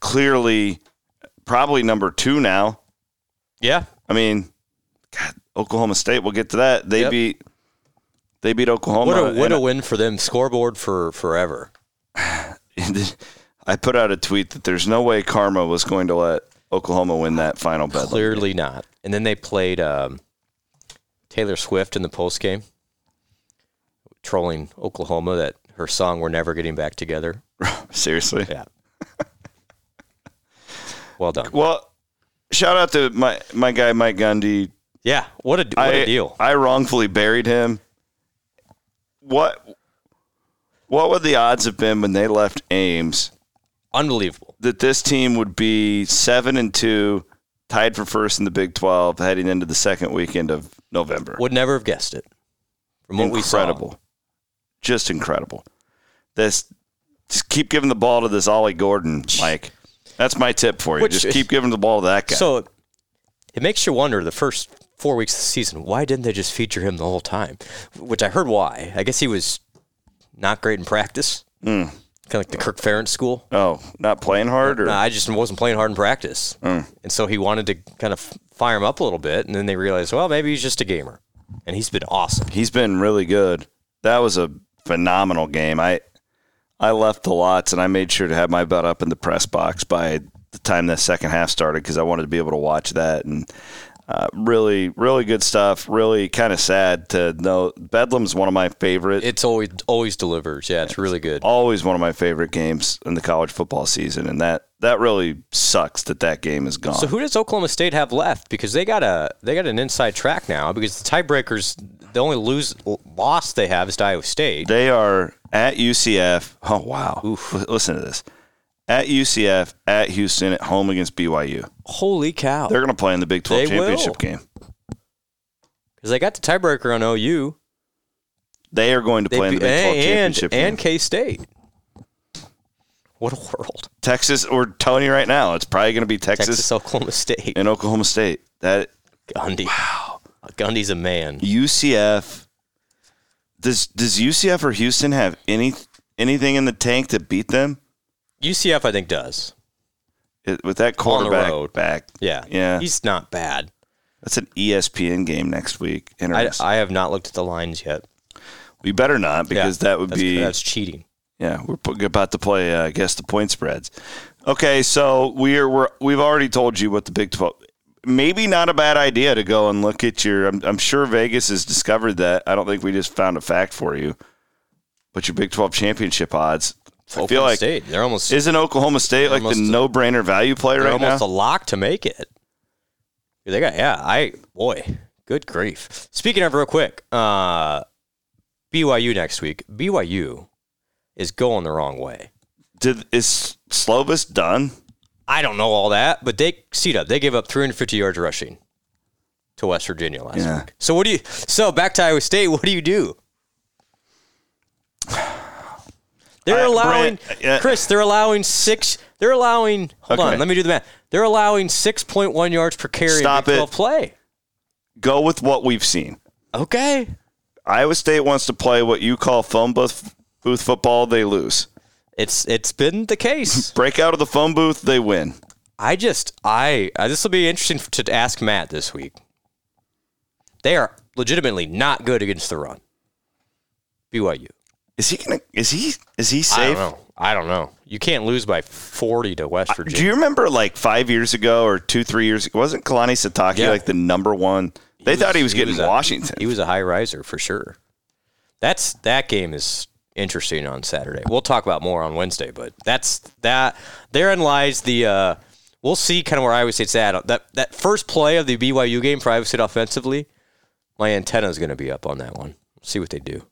Clearly, probably number two now.
Yeah.
I mean, God, Oklahoma State. We'll get to that. They
Yep.
beat they beat Oklahoma.
What a what a
and
win for them. Scoreboard for forever.
I [LAUGHS] I put out a tweet that there's no way Karma was going to let Oklahoma win that final bet.
Clearly not. And then they played um, Taylor Swift in the post game, trolling Oklahoma that her song "We're Never Getting Back Together."
Seriously.
Yeah. well done.
Well, shout out to my my guy Mike Gundy.
Yeah. What a what
I
a deal.
I wrongfully buried him. What what would the odds have been when they left Ames
Unbelievable.
that this team would be seven and two, tied for first in the Big Twelve, heading into the second weekend of November?
Would never have guessed it from what
incredible,
we saw.
just incredible. This just keep giving the ball to this Ollie Gordon, Mike. That's my tip for you.
Which-
just keep giving the ball to that guy.
So it, it makes you wonder the first four weeks of the season why didn't they just feature him the whole time? Which I heard why. I guess he was not great in practice.
Hmm.
Kind of like the Kirk Ferentz school.
oh, not playing hard, or
No, I just wasn't playing hard in practice,
Hmm.
and so he wanted to kind of fire him up a little bit, and then they realized, well, maybe he's just a gamer, and he's been awesome.
he's been really good. That was a phenomenal game. I I left the lots and I made sure to have my butt up in the press box by the time the second half started because I wanted to be able to watch that. And Uh, really, really good stuff. Really kind of sad to know. Bedlam's one of my favorite.
It's always always delivers. Yeah, it's really good.
always one of my favorite games in the college football season, and that that really sucks that that game is gone.
So who does Oklahoma State have left? Because they got a they got an inside track now. Because the tiebreakers, the only lose loss they have is to Iowa State.
They are at UCF. Oh wow! L- Listen to this: at UCF, at Houston, at home against BYU.
Holy cow!
They're going to play in the Big Twelve
They will.
championship game.
Because they got the tiebreaker on OU.
They are going to
They
play in the
be-
Big Twelve
and
championship game.
and K State. What a world!
Texas, we're telling you right now, it's probably going to be Texas,
Texas, Oklahoma State,
and Oklahoma State. That
Gundy. Wow, Gundy's a man.
UCF does does UCF or Houston have any anything in the tank to beat them
UCF, I think, does.
It- with that
On the
quarterback
road.
back?
Yeah,
yeah.
He's not bad.
That's an E ESPN game next week.
I,
Interesting.
I have not looked at the lines yet
we better not
Yeah,
because that would
that's-
be
that's cheating.
Yeah, we're p- about to play. Uh, I guess the point spreads. Okay, so we're we're we've already told you what the Big Twelve. Maybe not a bad idea to go and look at your. I'm, I'm sure Vegas has discovered that. I don't think we just found a fact for you, but your Big Twelve championship odds. I feel
Oklahoma
like
State. They're almost
isn't Oklahoma State like the
almost a-
no brainer value play
they're
right now?
almost a lock to make it. They got yeah. I boy, good grief. Speaking of real quick, uh, BYU next week. BYU is going the wrong way.
Did is Slovis done?
I don't know all that, but they seed up. They gave up 350 yards rushing to West Virginia last
Yeah.
week. So what do you? So back to Iowa State. What do you do? They're
I-
allowing
Brent, uh,
Chris. They're allowing six. They're allowing. Hold
Okay.
on. Let me do the math. They're allowing 6.1 yards per carry. in
Stop
Big 12
it.
Play.
Go with what we've seen.
Okay.
Iowa State wants to play what you call phone booth booth football. They lose.
It's it's been the case.
Break out of the phone booth. They win.
I just I uh, this will be interesting f- to ask Matt this week. They are legitimately not good against the run. BYU.
Is he gonna? Is he? Is he
I don't
safe?
know. I don't know. You can't lose by 40 to West Virginia.
Do you remember like five years ago or two, three years ago? Wasn't Kalani Sataki
Yeah.
like the number one? They thought he was getting
a-
Washington.
he was a high riser for sure. That's that game is interesting on Saturday. We'll talk about more on Wednesday, but that's that. Therein lies the. Uh, we'll see kind of where Iowa State's at. That that first play of the BYU game for Iowa State offensively, my antenna is going to be up on that one. See what they do.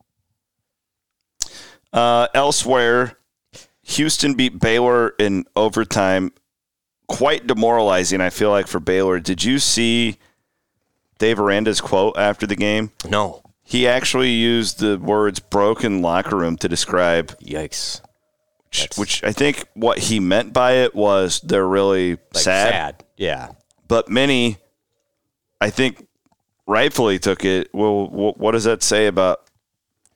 uh, elsewhere, Houston beat Baylor in overtime. Quite demoralizing, I feel like, for Baylor. Did you see Dave Aranda's quote after the game?
No,
He actually used the words broken locker room to describe
yikes!
which, which I think what he meant by it was they're really
Like,
sad.
Yeah.
but many, I think, rightfully took it. Well, wh- what does that say about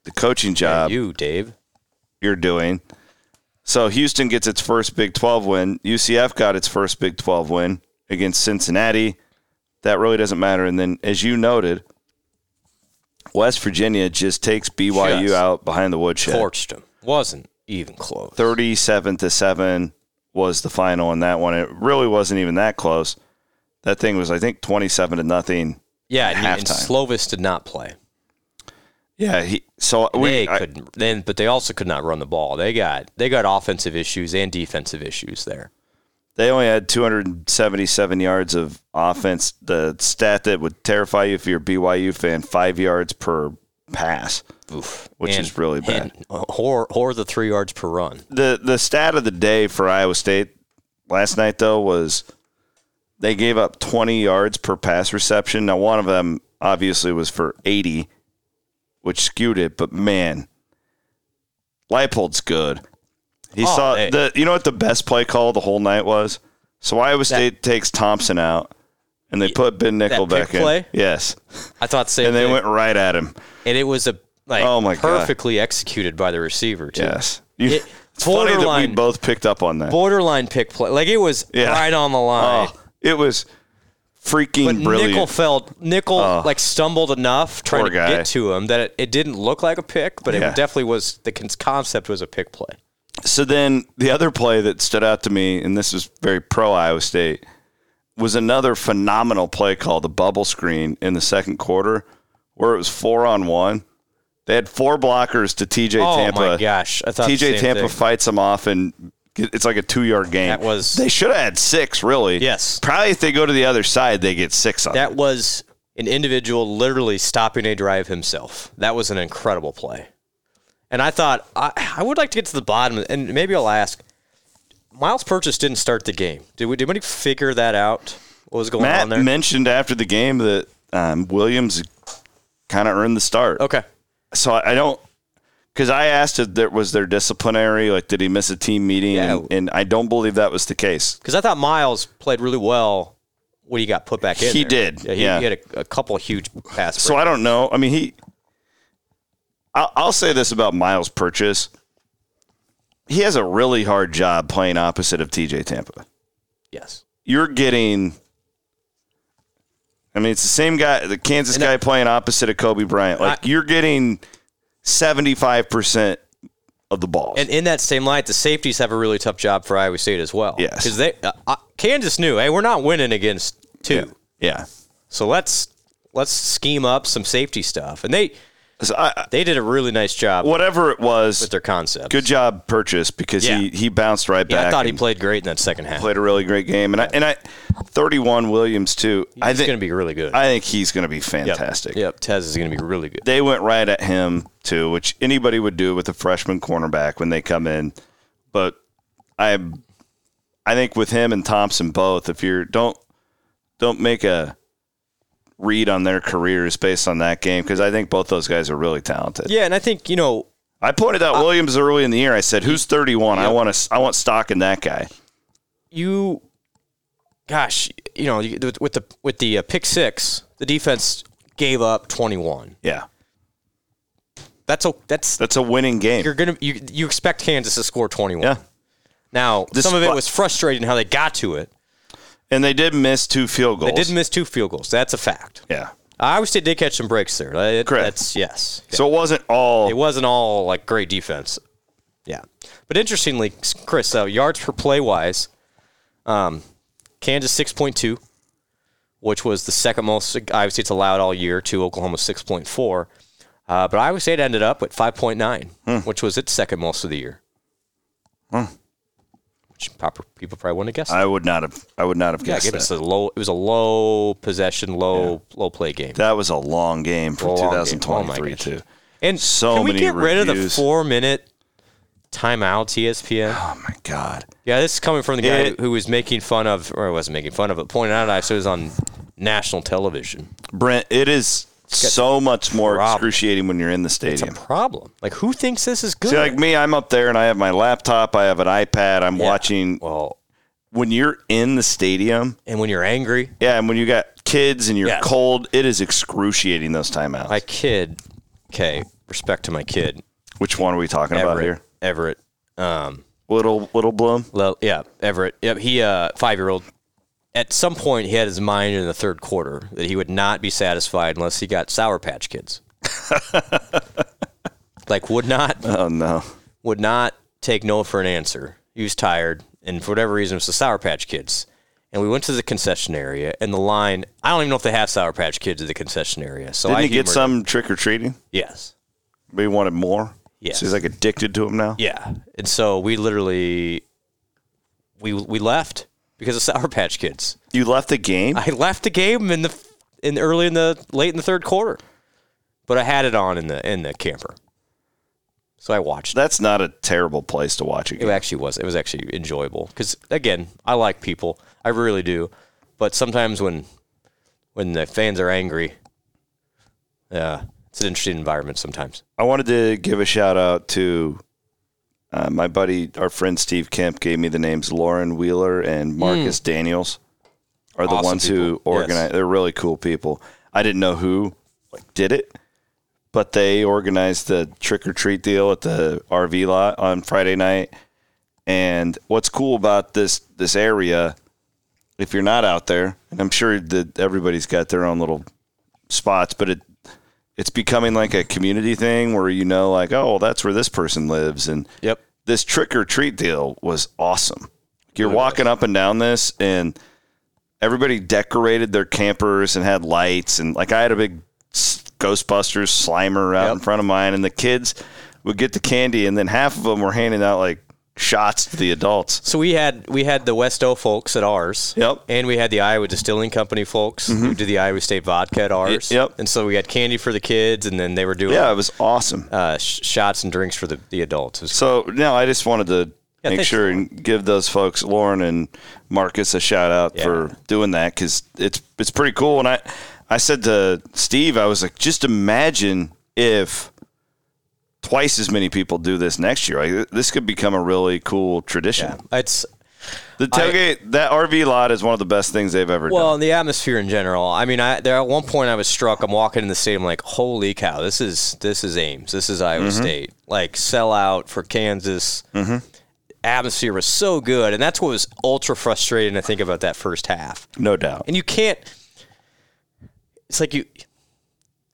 the coaching
And
job
you, Dave.
you're doing? So Houston gets its first Big 12 win. UCF got its first Big 12 win against Cincinnati. That really doesn't matter. And then, as you noted, West Virginia just takes BYU
Yes.
out behind the woodshed.
Torched him. Wasn't even close.
37 to 7 was the final in that one. It really wasn't even that close. That thing was, I think, 27 to nothing.
Yeah, and, and
halftime.
Slovis did not play.
Yeah, he. So we
they
I-
could then, but they also could not run the ball. They got they got offensive issues and defensive issues there.
they only had 277 yards of offense. The stat that would terrify you if you're a BYU fan: five yards per pass, which
And-
is really bad.
And, uh, or or the three yards per run.
the The stat of the day for Iowa State last night though was they gave up 20 yards per pass reception. Now one of them obviously was for 80, which skewed it. But man, Leipold's good. He
Oh,
saw
they-
the. You know what the best play call the whole night was? So Iowa State takes Thompson out, and they put Ben Nickel
pick
back in.
play?
Yes,
I thought the same.
and they
thing.
went right at him.
and it was a like
Oh my God.
perfectly executed by the receiver too.
Yes, You-
It-
it's funny that we
borderline-
both picked up on that.
borderline pick play. Like it was
Yeah.
right on the line.
Oh, it was freaking
But
brilliant. Oh.
Nickel fell. Nickel like stumbled enough trying
Poor
to
guy.
get to him that it, it didn't look like a pick, but
Yeah.
it definitely was. The con- concept was a pick play.
So then the other play that stood out to me, and this was very pro Iowa State, was another phenomenal play called the bubble screen in the second quarter, where it was four on one. They had four blockers to TJ
Oh
Tampa.
my gosh, I thought the
TJ
same
Tampa
thing.
fights them off, and it's like a two yard game.
That was-
they should have had six, really.
Yes.
Probably if they go to the other side, they get six on
That was an individual literally stopping a drive himself. That was an incredible play. And I thought I, I would like to get to the bottom, and maybe I'll ask. Miles Purchase didn't start the game. Did we? Did anybody figure that out? What was going
Matt
on there?
mentioned after the game that um, Williams kind of earned the start.
okay.
So I I don't because I asked if there was there disciplinary, like did he miss a team meeting,
Yeah.
and, and I don't believe that was the case.
Because I thought Miles played really well when he got put back in.
He
there.
did,
Yeah, he,
yeah.
he had a, a couple huge passes.
So I don't know. I mean, he. I'll, I'll say this about Miles Purchase. He has a really hard job playing opposite of TJ Tampa.
yes.
You're getting. I mean, it's the same guy, the Kansas
And
guy
I-
playing opposite of Kobe Bryant. Like
I-
you're getting seventy five percent of the balls.
And in that same light, the safeties have a really tough job for Iowa State as well.
Yes.
Because they uh, uh, Kansas knew, hey, we're not winning against two.
yeah.
So let's let's scheme up some safety stuff. And they
So I, I-
they did a really nice job
whatever it was,
with their concept.
good job purchase because he,
Yeah.
he bounced right
Yeah,
back.
I thought he
and
played great in that second half.
played a really great game, and I and I thirty one Williams too. I
He's
think
going to be really good.
I think he's going to be
Yep.
fantastic.
Yep, Tez is going to be really good.
They went right at him too, which anybody would do with a freshman cornerback when they come in. But I, I think with him and Thompson both, if you're don't don't make a read on their careers based on that game because I think both those guys are really talented.
Yeah, Uh, and I think you know
I pointed out Williams early in the year. I said, "Who's 31? I want to. I want stock in that guy."
you, gosh, you know you- with the with the uh, pick six, the defense gave up twenty one.
Yeah,
That's a that's
that's a winning game.
you're gonna you you expect Kansas to score twenty one.
yeah,
Now
This
some of it
fu-
was frustrating how they got to it.
and they did miss two field goals.
They did miss two field goals. That's a fact.
Yeah,
Iowa State did catch some breaks there. Uh, it-
Correct.
That's yes.
so it wasn't all.
It wasn't all like great defense. Yeah, but interestingly, Chris, uh, yards per play wise, um, Kansas six point two, which was the second most Iowa State's allowed all year to Oklahoma six point four, uh, but Iowa State ended up at five point nine,
Hmm.
which was its second most of the year. Which proper people probably wouldn't have guessed.
I would not have. I would not have
yeah,
guessed
it
that.
was a low. It was a low possession, low low play game.
That was a long game for
Long game. Oh, my
2023
gosh.
too.
And
So
can we
many
get rid of the E
reviews.
four minute timeouts,
[SIGHS]
ESPN?
Oh my god.
Yeah, this is coming from the guy
It-
who was making fun of, or wasn't making fun of, but pointing out I said it was on national television.
Brent, it is so much more
problem.
excruciating when you're in the
It's a
stadium.
problem. Like, who thinks this is good?
See, like me, I'm up there and I have my laptop, I have an iPad, I'm
Yeah.
watching.
Well,
When you're in the stadium,
and when you're angry,
yeah, and when you got kids and you're
Yes.
cold, it is excruciating those timeouts.
my kid, okay, respect to my kid,
Which one are we talking about
Everett,
here?
Everett, um,
Little Little Bloom.
Well, yeah, Everett. Yep, he uh, five year old. At some point, he had his mind in the third quarter that he would not be satisfied unless he got Sour
[LAUGHS]
Patch Kids. like, would not
Oh no.
would not take no for an answer. He was tired, and for whatever reason, it was the Sour Patch Kids. And we went to the concession area, and the line. I don't even know if they have Sour Patch Kids at the concession area. So
Didn't
I
he get
humored-
some trick or treating?
Yes.
We wanted more.
Yes.
So he's like addicted to him now.
Yeah, and so we literally we we left because of Sour Patch Kids.
You left the game.
I left the game in the in early in the late in the third quarter, but I had it on in the in the camper, so I watched. it.
That's not a terrible place to watch a
It
game.
actually was it was actually enjoyable because again, I like people, I really do, but sometimes when when the fans are angry, uh, it's an interesting environment sometimes.
I wanted to give a shout out to uh, my buddy, our friend Steve Kemp gave me the names Lauren Wheeler and Marcus Daniels are the
Hmm. Awesome
ones who
people.
organize.
Yes.
They're really cool people. I didn't know who like did it, but they organized the trick or treat deal at the RV lot on Friday night. And what's cool about this this area, if you're not out there, and I'm sure that everybody's got their own little spots, but it it's becoming like a community thing where you know, like, oh, that's where this person lives, and
Yep.
this trick or treat deal was awesome. You're walking up and down this, and everybody decorated their campers and had lights and like I had a big s- Ghostbusters Slimer out in front of mine, and the kids would get the candy, and then half of them were handing out like shots to the adults.
So we had we had the West O folks at ours.
Yep. Mm-hmm.
And we had the Iowa Distilling Company folks who did the Iowa State vodka at ours.
yep.
And so we had candy for the kids, and then they were doing
Yeah, it was awesome.
uh, sh- shots and drinks for the, the adults. It was-
So no, I just wanted to
Yeah,
make
thanks,
sure and give those folks, Lauren and Marcus, a shout out for doing that because it's it's pretty cool. And I I said to Steve, I was like, just imagine if twice as many people do this next year. Like, this could become a really cool tradition.
it's
The tailgate, that RV lot is one of the best things they've ever
Well,
done.
and the atmosphere in general. I mean, I there at one point I was struck. I'm walking in the stadium, like, holy cow, this is this is Ames, this is Iowa State. Like, sell out for Kansas. Atmosphere was so good, and that's what was ultra frustrating. I think about that first half,
No doubt.
and you can't. It's like you.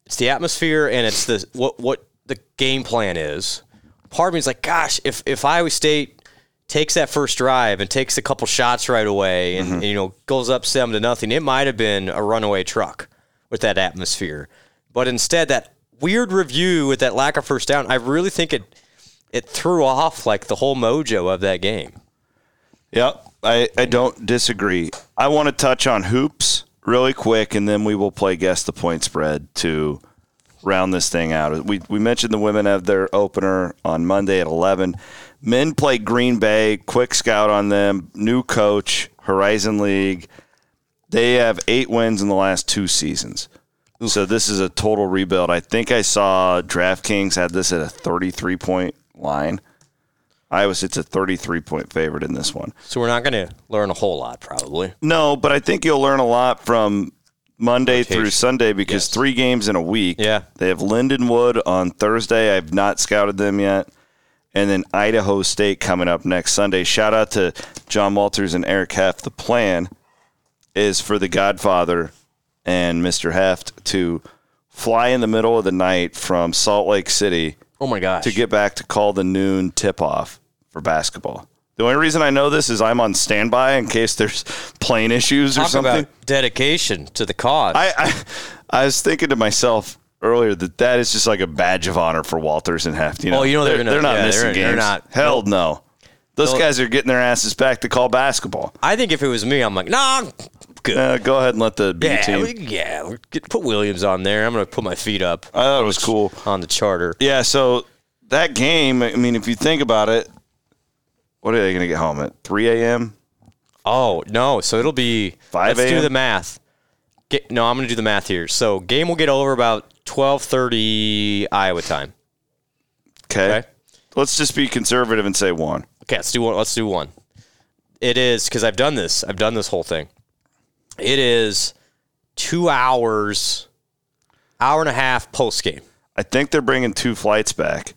It's the atmosphere, and it's the what what the game plan is. Part of me is like, gosh, if if Iowa State takes that first drive and takes a couple shots right away
Mm-hmm.
and, and, you know goes up seven to nothing, it might have been a runaway truck with that atmosphere. But instead, that weird review with that lack of first down, I really think it it threw off like the whole mojo of that game.
Yep, I, I don't disagree. I want to touch on hoops really quick, and then we will play guess the point spread to round this thing out. We, we mentioned the women have their opener on Monday at 11. Men play Green Bay, quick scout on them, new coach, Horizon League. They have eight wins in the last two seasons. So this is a total rebuild. I think I saw DraftKings had this at a 33 point line. Iowa State's a 33 point favorite in this one.
So we're not going to learn a whole lot, probably.
No, but I think you'll learn a lot from Monday through Sunday because
Yes.
three games in a week.
Yeah.
They have Lindenwood on Thursday. I've not scouted them yet. And then Idaho State coming up next Sunday. Shout out to John Walters and Eric Heft. The plan is for the Godfather and Mr. Heft to fly in the middle of the night from Salt Lake City
Oh my gosh!
to get back to call the noon tip off for basketball. The only reason I know this is I'm on standby in case there's [LAUGHS] plane issues or
Talk
something.
about dedication to the cause.
I, I I was thinking to myself earlier that that is just like a badge of honor for Walters and Heft. You know,
Oh, you know they're gonna-
not
yeah, they're-
missing
they're
games.
not-
Hell no. Those
They'll-
guys are getting their asses back to call basketball.
I think if it was me, I'm like, nah, I'm good.
Uh, go ahead and let the B
yeah,
team.
we, yeah. we Get, put Williams on there. I'm gonna put my feet up
I thought it was cool.
on the charter.
Yeah, so that game. I mean, if you think about it, what are they going to get home at 3 a.m.?
Oh no, so it'll be
5
Let's do
a.m.?
the math. Get, no, I'm gonna do the math here. So game will get over about 12:30 Iowa time.
Okay.
Okay.
Let's just be conservative and say one.
Okay, let's do one. Let's do one. It is because I've done this. I've done this whole thing. It is two hours, hour and a half post game.
I think they're bringing two flights back.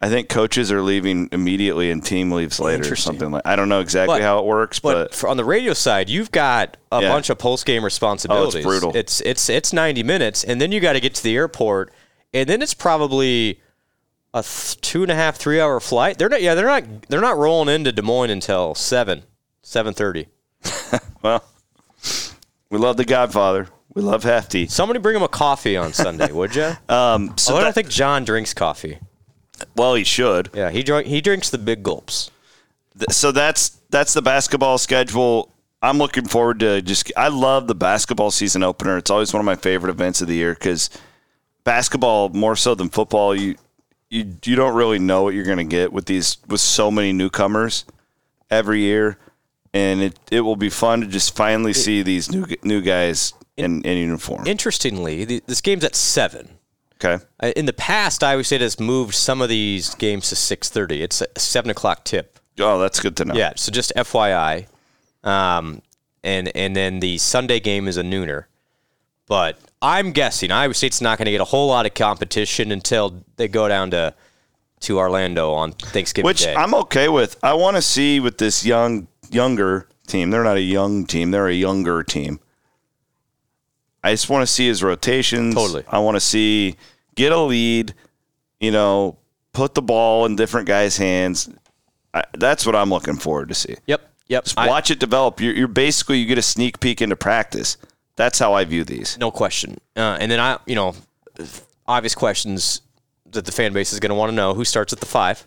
I think coaches are leaving immediately and team leaves later or something like. I don't know exactly
But-
how it works,
But,
but,
for, on the radio side, you've got a
Yeah. Oh,
bunch of post game responsibilities.
brutal.
It's it's it's ninety minutes, and then you got to get to the airport, and then it's probably a th- two and a half three hour flight. They're not yeah they're not they're not rolling into Des Moines until seven seven thirty.
well, we love the Godfather. We love Hefty.
Somebody bring him a coffee
[LAUGHS]
on Sunday, would you?
Um, so
I don't
that-
think John drinks coffee.
well, he should.
Yeah, he drink he drinks the big gulps.
Th- So that's that's the basketball schedule. I'm looking forward to just. I love the basketball season opener. It's always one of my favorite events of the year because basketball more so than football. You you you don't really know what you're going to get with these with so many newcomers every year, and it it will be fun to just finally see these new g- new guys in, in uniform.
Interestingly, the, this game's at seven.
okay,
Uh, In the past, Iowa State has moved some of these games to six thirty. It's a seven o'clock tip.
oh that's good to know.
Yeah. So just FYI, um, and and then the Sunday game is a nooner, but I'm guessing Iowa State's not going to get a whole lot of competition until they go down to to Orlando on Thanksgiving
which
Day.
I'm okay with. I want to see with this young younger team. They're not a young team. They're a younger team. I just want to see his rotations.
Totally.
I want to see get a lead. You know, put the ball in different guys' hands. I, that's what I'm looking forward to see.
yep. Yep.
Just
I-
watch it develop. You're, you're basically you get a sneak peek into practice. That's how I view these.
No question. Uh, and then I, you know, obvious questions that the fan base is going to want to know: who starts at the five,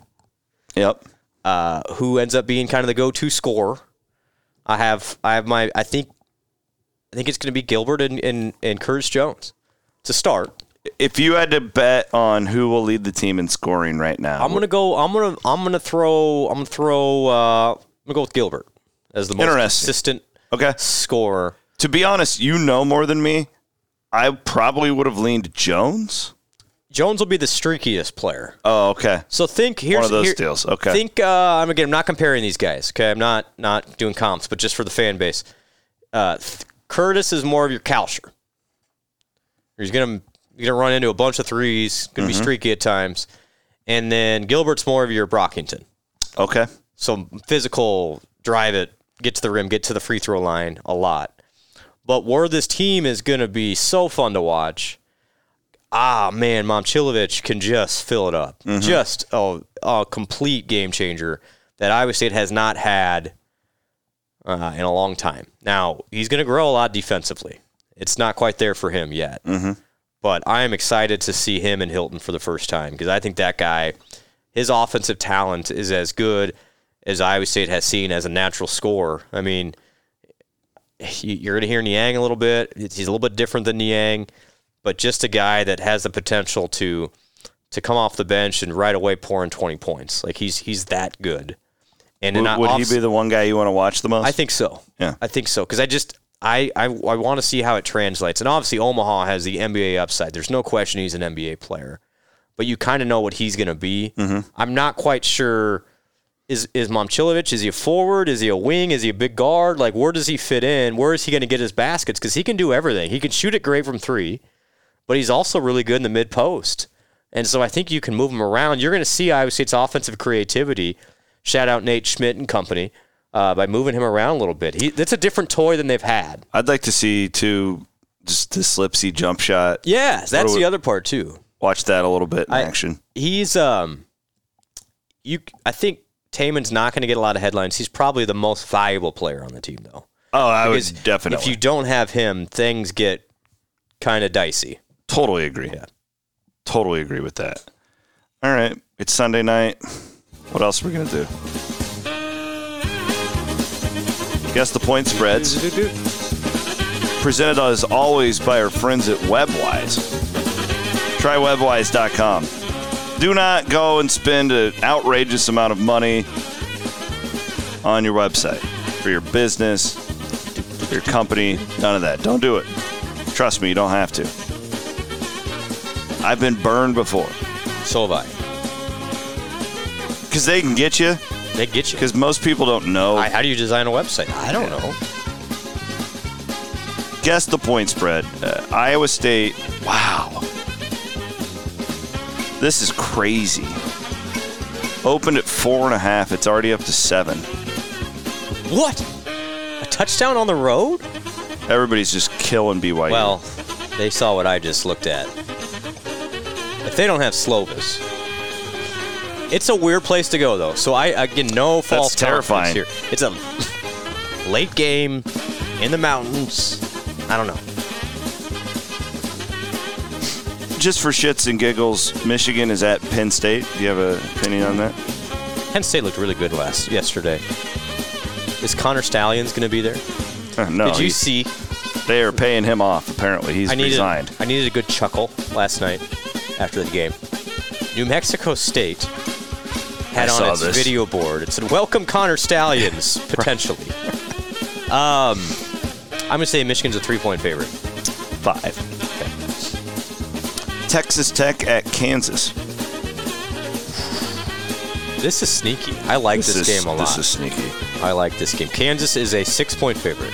Yep.
uh, who ends up being kind of the go-to scorer. I have, I have my, I think, I think it's going to be Gilbert and and and Curtis Jones to start.
If you had to bet on who will lead the team in scoring right now,
I'm going to go. I'm going to, I'm going to throw. I'm going to throw. Uh, I'm going to go with Gilbert as the most
Interesting.
consistent
okay.
scorer.
To be honest, you know more than me. I probably would have leaned Jones.
Jones will be the streakiest player.
Oh, okay.
So think here's
of those
here-
deals. Okay.
Think uh, I'm again. I'm not comparing these guys. Okay. I'm not not doing comps, but just for the fan base. Uh, th- Curtis is more of your Kalsher. He's gonna you're gonna run into a bunch of threes. Gonna
Mm-hmm.
be streaky at times, and then Gilbert's more of your Brockington.
Okay.
So physical, drive it, get to the rim, get to the free throw line a lot. But where this team is going to be so fun to watch. Ah man, Momchilovich can just fill it up. Just a, a complete game changer that Iowa State has not had uh, in a long time. Now he's going to grow a lot defensively. It's not quite there for him yet,
Mm-hmm.
but I am excited to see him and Hilton for the first time because I think that guy, his offensive talent is as good as Iowa State has seen as a natural scorer. I mean, you- you're going to hear Niang a little bit. It's- He's a little bit different than Niang, but just a guy that has the potential to to come off the bench and right away pour in 20 points. Like he's he's that good. And in
Would,
a
would he
offs-
be the one guy you want to watch the most?
I think so.
Yeah.
I think so because I just I I, I want to see how it translates. And obviously, Omaha has the NBA upside. There's no question he's an NBA player, but you kind of know what he's going to be. I'm not quite sure. Is is Momchilovich? Is he a forward? Is he a wing? Is he a big guard? Like where does he fit in? Where is he going to get his baskets? Because he can do everything. He can shoot it great from three, but he's also really good in the mid post. And so I think you can move him around. You're going to see Iowa State's offensive creativity. Shout out Nate Schmidt and company uh, by moving him around a little bit. He, that's a different toy than they've had.
I'd like to see too just the slipsy jump shot.
Yeah, that's
do
the
we-
other part too.
Watch that a little bit in
I-
action.
He's um, you. I think Taman's not going to get a lot of headlines. He's probably the most valuable player on the team though.
Oh, I would
Because
definitely.
If you don't have him, things get kind of dicey.
Totally agree. Yeah. Totally agree with that. All right. It's Sunday night. What else are we going to do? Guess the point spreads. Presented as always by our friends at WebWise. Try WebWise.com. Do not go and spend an outrageous amount of money on your website for your business, your company, none of that. Don't do it. Trust me, you don't have to. I've been burned before
So have I.
because they can get you
They get you.
because most people don't know.
I, how do you design a website? I don't know.
Guess the point spread. Uh, Iowa State. Wow. This is crazy. Opened at four and a half. It's already up to seven.
What? A touchdown on the road?
Everybody's just killing BYU.
Well, they saw what I just looked at. If they don't have Slovis, it's a weird place to go though. So I again no false
terrifying.
confidence here. It's a late game in the mountains. I don't know.
just for shits and giggles, Michigan is at Penn State. Do you have an opinion on that? [LAUGHS]
Penn State looked really good last yesterday. Is Connor Stallions going to be there?
no.
Did you
he-
see?
they are paying him off. Apparently, he's
I needed
resigned.
I needed a good chuckle last night after the game. New Mexico State had
I
on
saw
its
this.
video board. It said, "Welcome Connor Stallions,"
[LAUGHS]
potentially. um, I'm gonna say Michigan's a three-point favorite.
Five. Texas Tech at Kansas.
This is sneaky. I like this,
is,
game a lot.
This is sneaky.
I like this game. Kansas is a six-point favorite.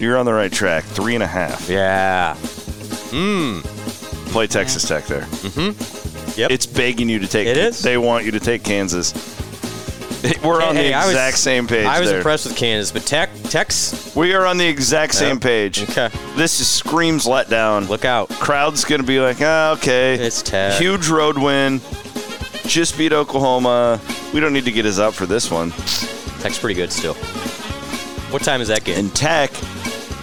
You're on the right track. Three and a half.
Yeah.
Play Texas Tech there.
Yep.
It's begging you to take.
It is?
They want you to take Kansas. We're on
Hey,
the
I was-
exact same page.
I was
there.
impressed with Kansas, but Tech, Tech's
We are on the exact same
Yep.
page.
Okay.
This is screams letdown.
look out.
crowd's gonna be like, ah, okay.
It's Tech.
Huge road win. Just beat Oklahoma. We don't need to get us up for this one.
Tech's pretty good still. What time is that game?
And Tech,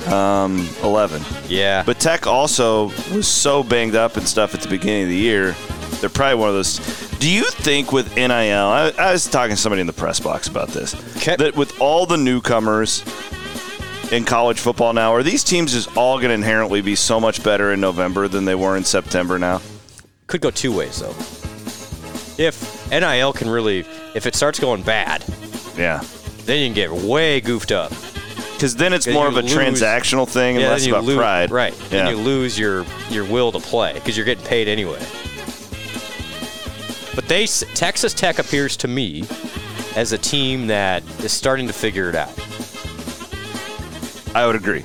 um, 11.
yeah,
But Tech also was so banged up and stuff at the beginning of the year. They're probably one of those. Do you think with NIL, I, I was talking to somebody in the press box about this,
Okay.
that with all the newcomers in college football now, are these teams just all going to inherently be so much better in November than they were in September now?
could go two ways though. If NIL can really, if it starts going bad,
Yeah.
then you can get way goofed up.
Because then it's
Yeah,
more of
you
a
lose-
transactional thing and
then
less
you
about
lose,
pride.
Right.
Yeah.
Then you lose your your will to play because you're getting paid anyway. But they s- Texas Tech appears to me as a team that is starting to figure it out.
I would agree.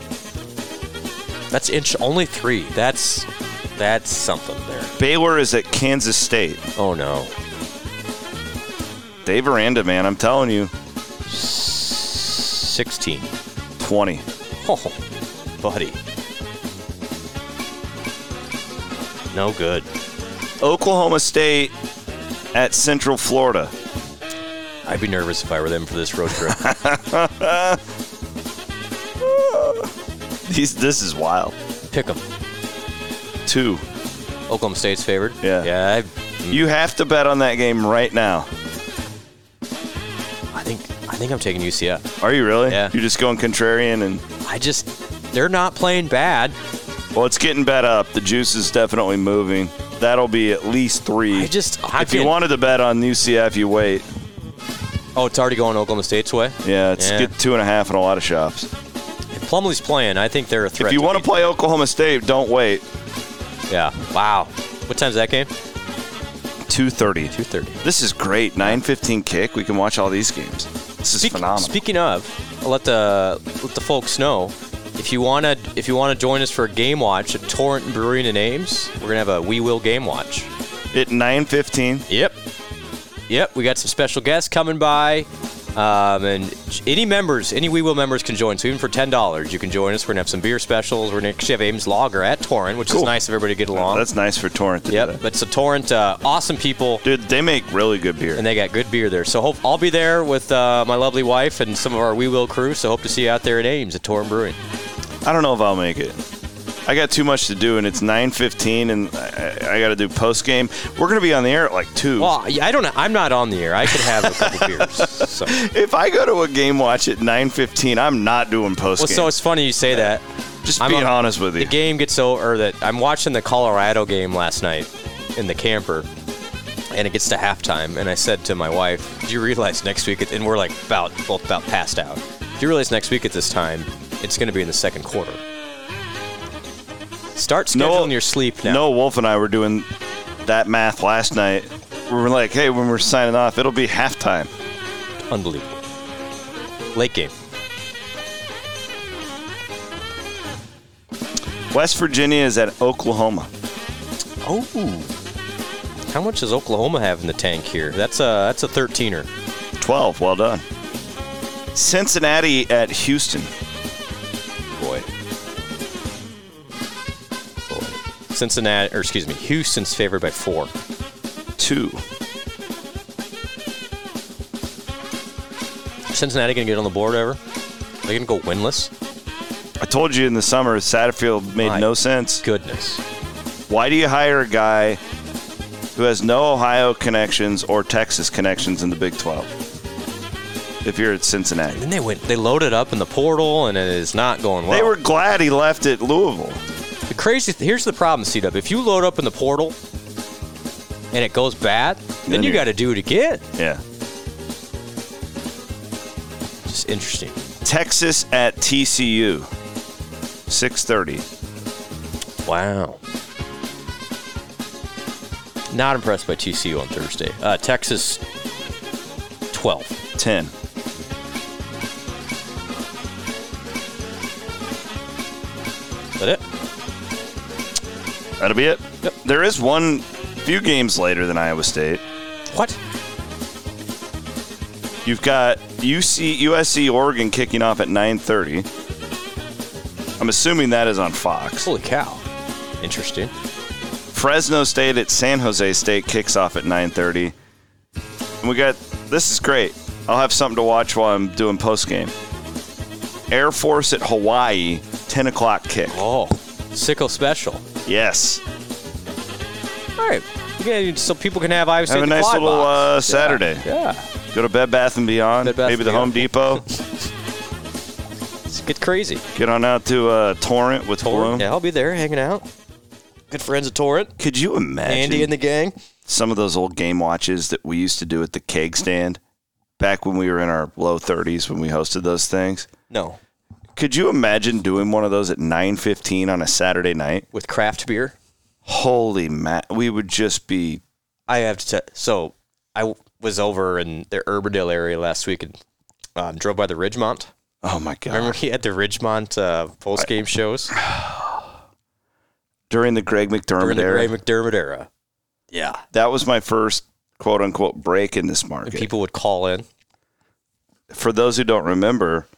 That's inch only three. That's that's something there.
Baylor is at Kansas State.
Oh no.
Dave Aranda, man, I'm telling you,
16.
20.
Oh, buddy. No good.
Oklahoma State at Central Florida.
I'd be nervous if I were them for this
[LAUGHS]
road trip.
These, this is wild.
Pick them.
Two.
Oklahoma State's favored.
Yeah.
Yeah. mm,
You have to bet on that game right now.
I, I think I think I'm taking UCF.
Are you really?
Yeah.
You're just going contrarian and
I just they're not playing bad.
well, it's getting bet up. The juice is definitely moving. That'll be at least three.
I just I
if you
can-
wanted to bet on UCF, you wait.
Oh, it's already going Oklahoma State's way.
Yeah, it's
Yeah.
get two and a half in a lot of shops.
If Plumlee's playing, I think they're a
If
threat.
you want to
to
play Oklahoma State, don't wait.
play, yeah. Wow. What time's that game?
Two thirty.
Two thirty.
This is great. Nine fifteen kick. We can watch all these games. This is
Speak-
phenomenal.
Speaking of, I'll let the let the folks know if you wanna if you wanna join us for a game watch at Torrent Brewing and Ames, we're gonna have a We Will game watch.
At nine fifteen.
Yep. Yep. We got some special guests coming by. Um, and any members, any We Will members can join. So even for ten dollars, you can join us. We're gonna have some beer specials. We're gonna actually have Ames Lager at Torrent, which
Cool.
is nice of everybody to get along.
That's nice for Torrent. To do
yep.
that.
But so Torrent, uh, awesome people,
Dude, they make really good beer.
and they got good beer there. So hope I'll be there with uh, my lovely wife and some of our We Will crew. So hope to see you out there at Ames at Torrent Brewing.
I don't know if I'll make it. I got too much to do, and it's nine fifteen, and I, I got to do post game. We're gonna be on the air at like two.
Well, I I don't. know. I'm not on the air. I could have a [LAUGHS] couple beers. So.
if I go to a game watch at nine fifteen, I'm not doing post
Well,
game.
so it's funny you say that.
just
I'm
being
on-
honest with you.
The game gets so, or that I'm watching the Colorado game last night in the camper, and it gets to halftime, and I said to my wife, "Do you realize next week?" it- And we're like about both about passed out. Do you realize next week at this time, it's going to be in the second quarter? Start scheduling your sleep now.
Noah Wolf and I were doing that math last night. We were like, hey, when we're signing off, it'll be halftime.
unbelievable. Late game.
West Virginia is at Oklahoma.
Oh. How much does Oklahoma have in the tank here? That's a that's a 13er.
12. Well done. Cincinnati at Houston.
Boy. Boy. Cincinnati, or excuse me, Houston's favored by four.
Two.
Cincinnati gonna get on the board ever? They gonna go winless?
I told you in the summer, Satterfield made
My
no sense.
Goodness.
Why do you hire a guy who has no Ohio connections or Texas connections in the Big 12 if you're at Cincinnati?
Then they went. They loaded up in the portal, and it is not going well.
They were glad he left at Louisville.
the crazy. th- Here's the problem, C Dub. If you load up in the portal, and it goes bad, then,
Then
you
you're-
got to do it again.
Yeah.
Just interesting.
Texas at TCU. 6:30.
Wow. Not impressed by TCU on Thursday. Uh, Texas, twelve.
10.
Is that it?
That'll be it.
Yep.
There is one few games later than Iowa State.
What?
You've got UC USC Oregon kicking off at 9:30. I'm assuming that is on Fox.
Holy cow. Interesting.
Fresno State at San Jose State kicks off at 9:30. And we got this is great. I'll have something to watch while I'm doing post game. Air Force at Hawaii, 10 o'clock kick.
Oh, sickle special.
Yes.
All right. Yeah, so people can have Iowa State
Have a
in the
nice
quad
little uh,
box. Yeah.
Saturday.
Yeah.
Go to Bed Bath and Beyond,
Bed Bath
maybe
and
the Home Depot.
[LAUGHS] Let's get crazy.
Get on out to uh, Torrent with Bloom.
Torrent. Yeah, I'll be there hanging out. Good friends of Torrent.
Could you imagine
Andy and the gang.
some of those old game watches that we used to do at the keg stand back when we were in our low 30s when we hosted those things?
No.
Could you imagine doing one of those at 9:15 on a Saturday night?
With craft beer.
Holy man, we would just be
I have to tell. So I w- was over in the Urbandale area last week and um, drove by the Ridgemont.
Oh my god.
Remember he had the Ridgemont uh, post game shows
During the Greg
during
McDermott
the
era,
Ray McDermott era. Yeah,
that was my first quote unquote break in this
and
market.
people would call in.
for those who don't remember,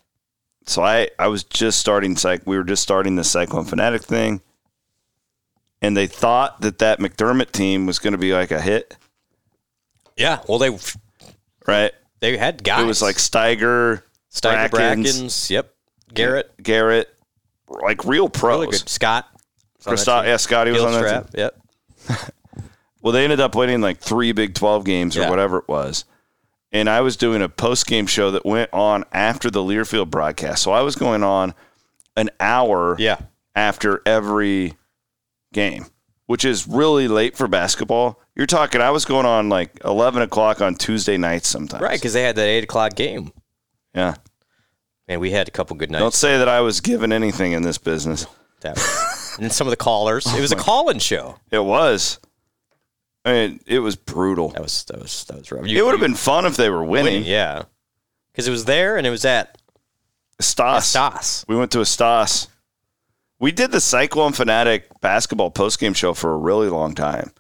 so I I was just starting psych. We were just starting the Cyclone Fanatic thing, and they thought that that McDermott team was going to be like a hit,
Yeah, well they
right?
they had guys.
It was like Steiger,
Steiger
Brackens,
Brackens. Yep, Garrett.
Garrett, like real pros.
Really good. Scott. was
Christo-
on that team.
yeah, Scotty was on that
Gilstrap,
team.
Yep.
Well, they ended up winning like three Big 12 games or
Yeah.
whatever it was. And I was doing a post game show that went on after the Learfield broadcast. So I was going on an hour
Yeah.
after every game, which is really late for basketball. You're talking, I was going on like 11 o'clock on Tuesday nights sometimes.
Right, because they had that eight o'clock game,
Yeah.
and we had a couple good
Don't
nights.
say that I was given anything in this business.
That was- and some of
[LAUGHS]
the callers.
Oh
It was a call-in show.
It was. I mean, it was brutal.
That was that was that was rough.
It would have been fun if they were winning.
winning, yeah, because it was there and it was at
Stas.
Stas.
We went to Estas. We did the Cyclone Fanatic basketball postgame show for a really long time.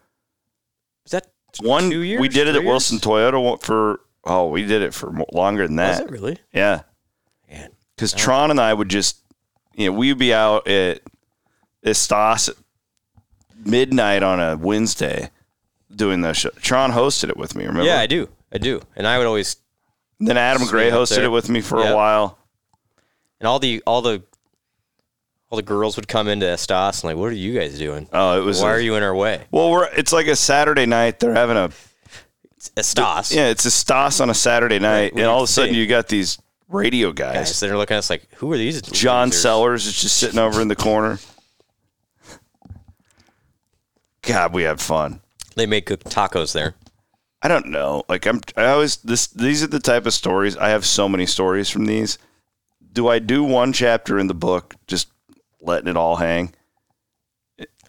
Was that
One,
two years?
we did it
Three
at
years?
Wilson Toyota one- for oh, we did it for mo- longer than
Was
that.
it really?
Yeah,
Man.
because Tron and I would just, you know, we'd be out at Estas at midnight on a Wednesday doing the show. Tron hosted it with me. Remember?
Yeah, I do. I do. And I would always
Then Adam Gray
Sweet up
hosted
there.
it with me for
Yeah.
a while.
and all the all the all the girls would come into Estas and like, what are you guys doing?
Oh, it was.
Why
a-
are you in our way?
Well, we're it's like a Saturday night. They're having a
Estas.
Yeah, it's a Stas on a Saturday night,
we
and all of a
need to
sudden
see.
you got these radio
Guys,
guys.
they're looking at us like, who are these?
John
losers?
Sellers is just sitting over in the corner. God, we had fun.
They make good tacos there.
I don't know. Like I'm, I always this. These are the type of stories. I have so many stories from these. Do I do one chapter in the book, just letting it all hang?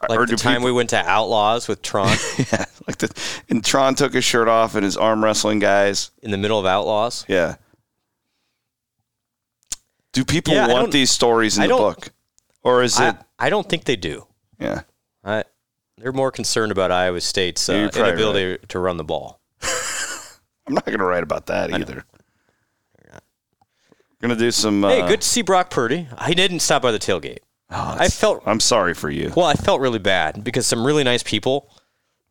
Like the time we went to Outlaws
[LAUGHS]
with Tron
yeah, like the, and Tron took his shirt off and his arm wrestling guys.
in the middle of Outlaws.
Yeah. Do people
Yeah, I
want
don't-
these stories in
I
the
don't-
book? Or is it
I, I don't think they do.
yeah.
I, they're more concerned about Iowa State's
Yeah,
uh,
you're probably
inability to run the ball.
I'm not gonna write about that either. Gonna do some uh,
hey, good to see Brock Purdy. He didn't stop by the tailgate.
Oh,
I felt
I'm sorry for you.
well. I felt really bad because some really nice people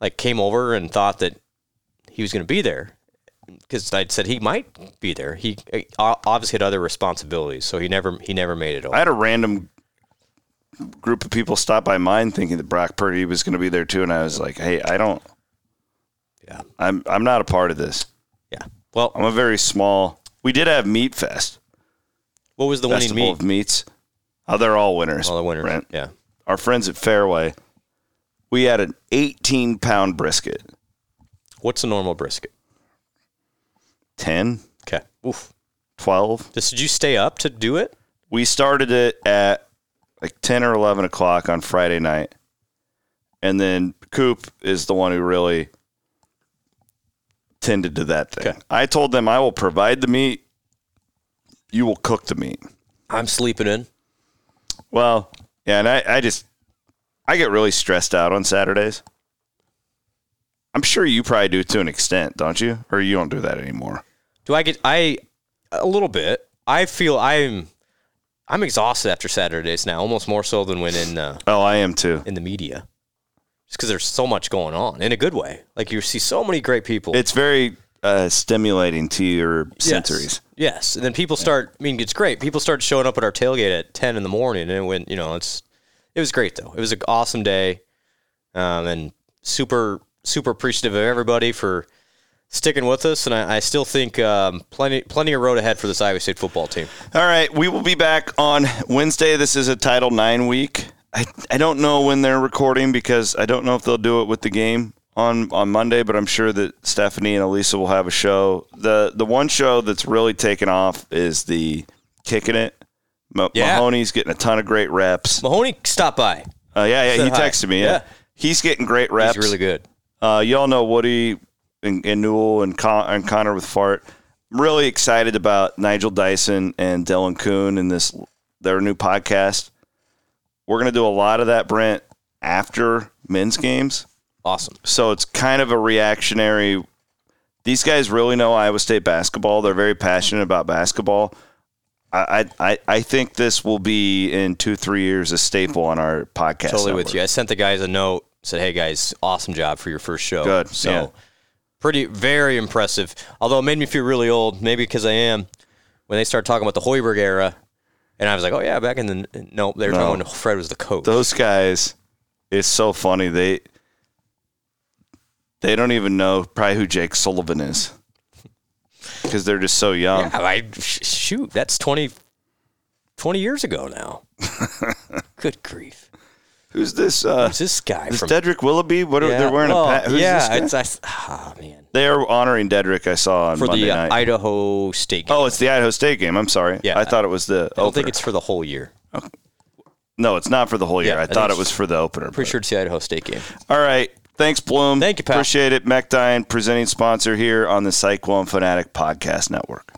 like came over and thought that he was going to be there because I'd said he might be there. He uh, obviously had other responsibilities, so he never he never made it over.
I had a random group of people stop by mine thinking that Brock Purdy was gonna be there too, and I was like, Hey, I don't
Yeah.
I'm I'm not a part of this.
yeah. Well,
I'm a very small we did have Meat Fest.
what was the winning
Festival
meet?
of Meats. Oh, they're all winners.
All the winners.
Brent.
Yeah.
our friends at Fairway, we had an 18 pound brisket.
What's a normal brisket?
10,
Okay. Oof.
12.
Just did you stay up to do it?
We started it at like 10 or 11 o'clock on Friday night. And then Coop is the one who really tended to that thing.
Okay.
I told them, I will provide the meat. You will cook the meat.
I'm sleeping in.
Well, yeah, and I, I just I get really stressed out on Saturdays. I'm sure you probably do to an extent, don't you? Or you don't do that anymore.
Do I get I a little bit? I feel I'm I'm exhausted after Saturdays now, almost more so than when in uh,
Oh, I am too.
in the media, just because there's so much going on in a good way. Like you see so many great people.
It's very uh, stimulating to your sensories.
Yes. yes. And then people start, I mean, it's great. People start showing up at our tailgate at 10 in the morning. And it went, you know, it's, it was great though. It was an awesome day. Um, and super, super appreciative of everybody for sticking with us. And I, I still think um, plenty, plenty of road ahead for this Iowa State football team.
All right, we will be back on Wednesday. This is a Title Nine week. I, I don't know when they're recording because I don't know if they'll do it with the game on on Monday, but I'm sure that Stephanie and Elisa will have a show. the The one show that's really taken off is the kicking it. Ma-
Yeah.
Mahoney's getting a ton of great reps.
Mahoney stopped by.
Uh, yeah, yeah,
Said
he
hi.
texted me. Yeah.
Yeah.
he's getting great reps.
He's really good.
Uh, y'all know Woody and, and Newell and, Con- and Connor with Fart. I'm really excited about Nigel Dyson and Dylan Kuhn and this their new podcast. We're gonna do a lot of that, Brent, after men's games.
Awesome.
So it's kind of a reactionary. These guys really know Iowa State basketball. They're very passionate about basketball. I I, I- I think this will be in two three years a staple on our podcast.
Totally with
network.
you. I sent the guys a note. Said, "Hey guys, awesome job for your first show."
Good,
So
yeah.
pretty, very impressive. Although it made me feel really old, maybe because I am. When they started talking about the Hoiberg era, and I was like, "Oh yeah, back in the no," they were talking when Fred was the coach.
those guys it's so funny they they don't even know probably who jake sullivan
[LAUGHS]
is because they're just so young
yeah, I sh- shoot, that's 20, 20 years
[LAUGHS]
ago now. Good grief!
who's this uh
Who's this guy
this
from?
Dedrick Willoughby? What are
Yeah,
they're wearing
well,
a pat? Who's
yeah,
this
it's
guy?
I, ah man
they are honoring Dedrick. I saw on
for
Monday
the uh,
night.
Idaho State. Game.
oh, it's the Idaho State game. I'm sorry.
Yeah,
I thought it was the.
I don't
opener.
think it's for the whole year.
No, it's not for the whole year.
Yeah,
I,
I think
thought it
it's-
was for the opener. but-
Pretty sure it's the Idaho State game.
All right. Thanks, Bloom.
Thank you, pal.
Appreciate it. MacDine, presenting sponsor here on the Cyclone Fanatic Podcast Network.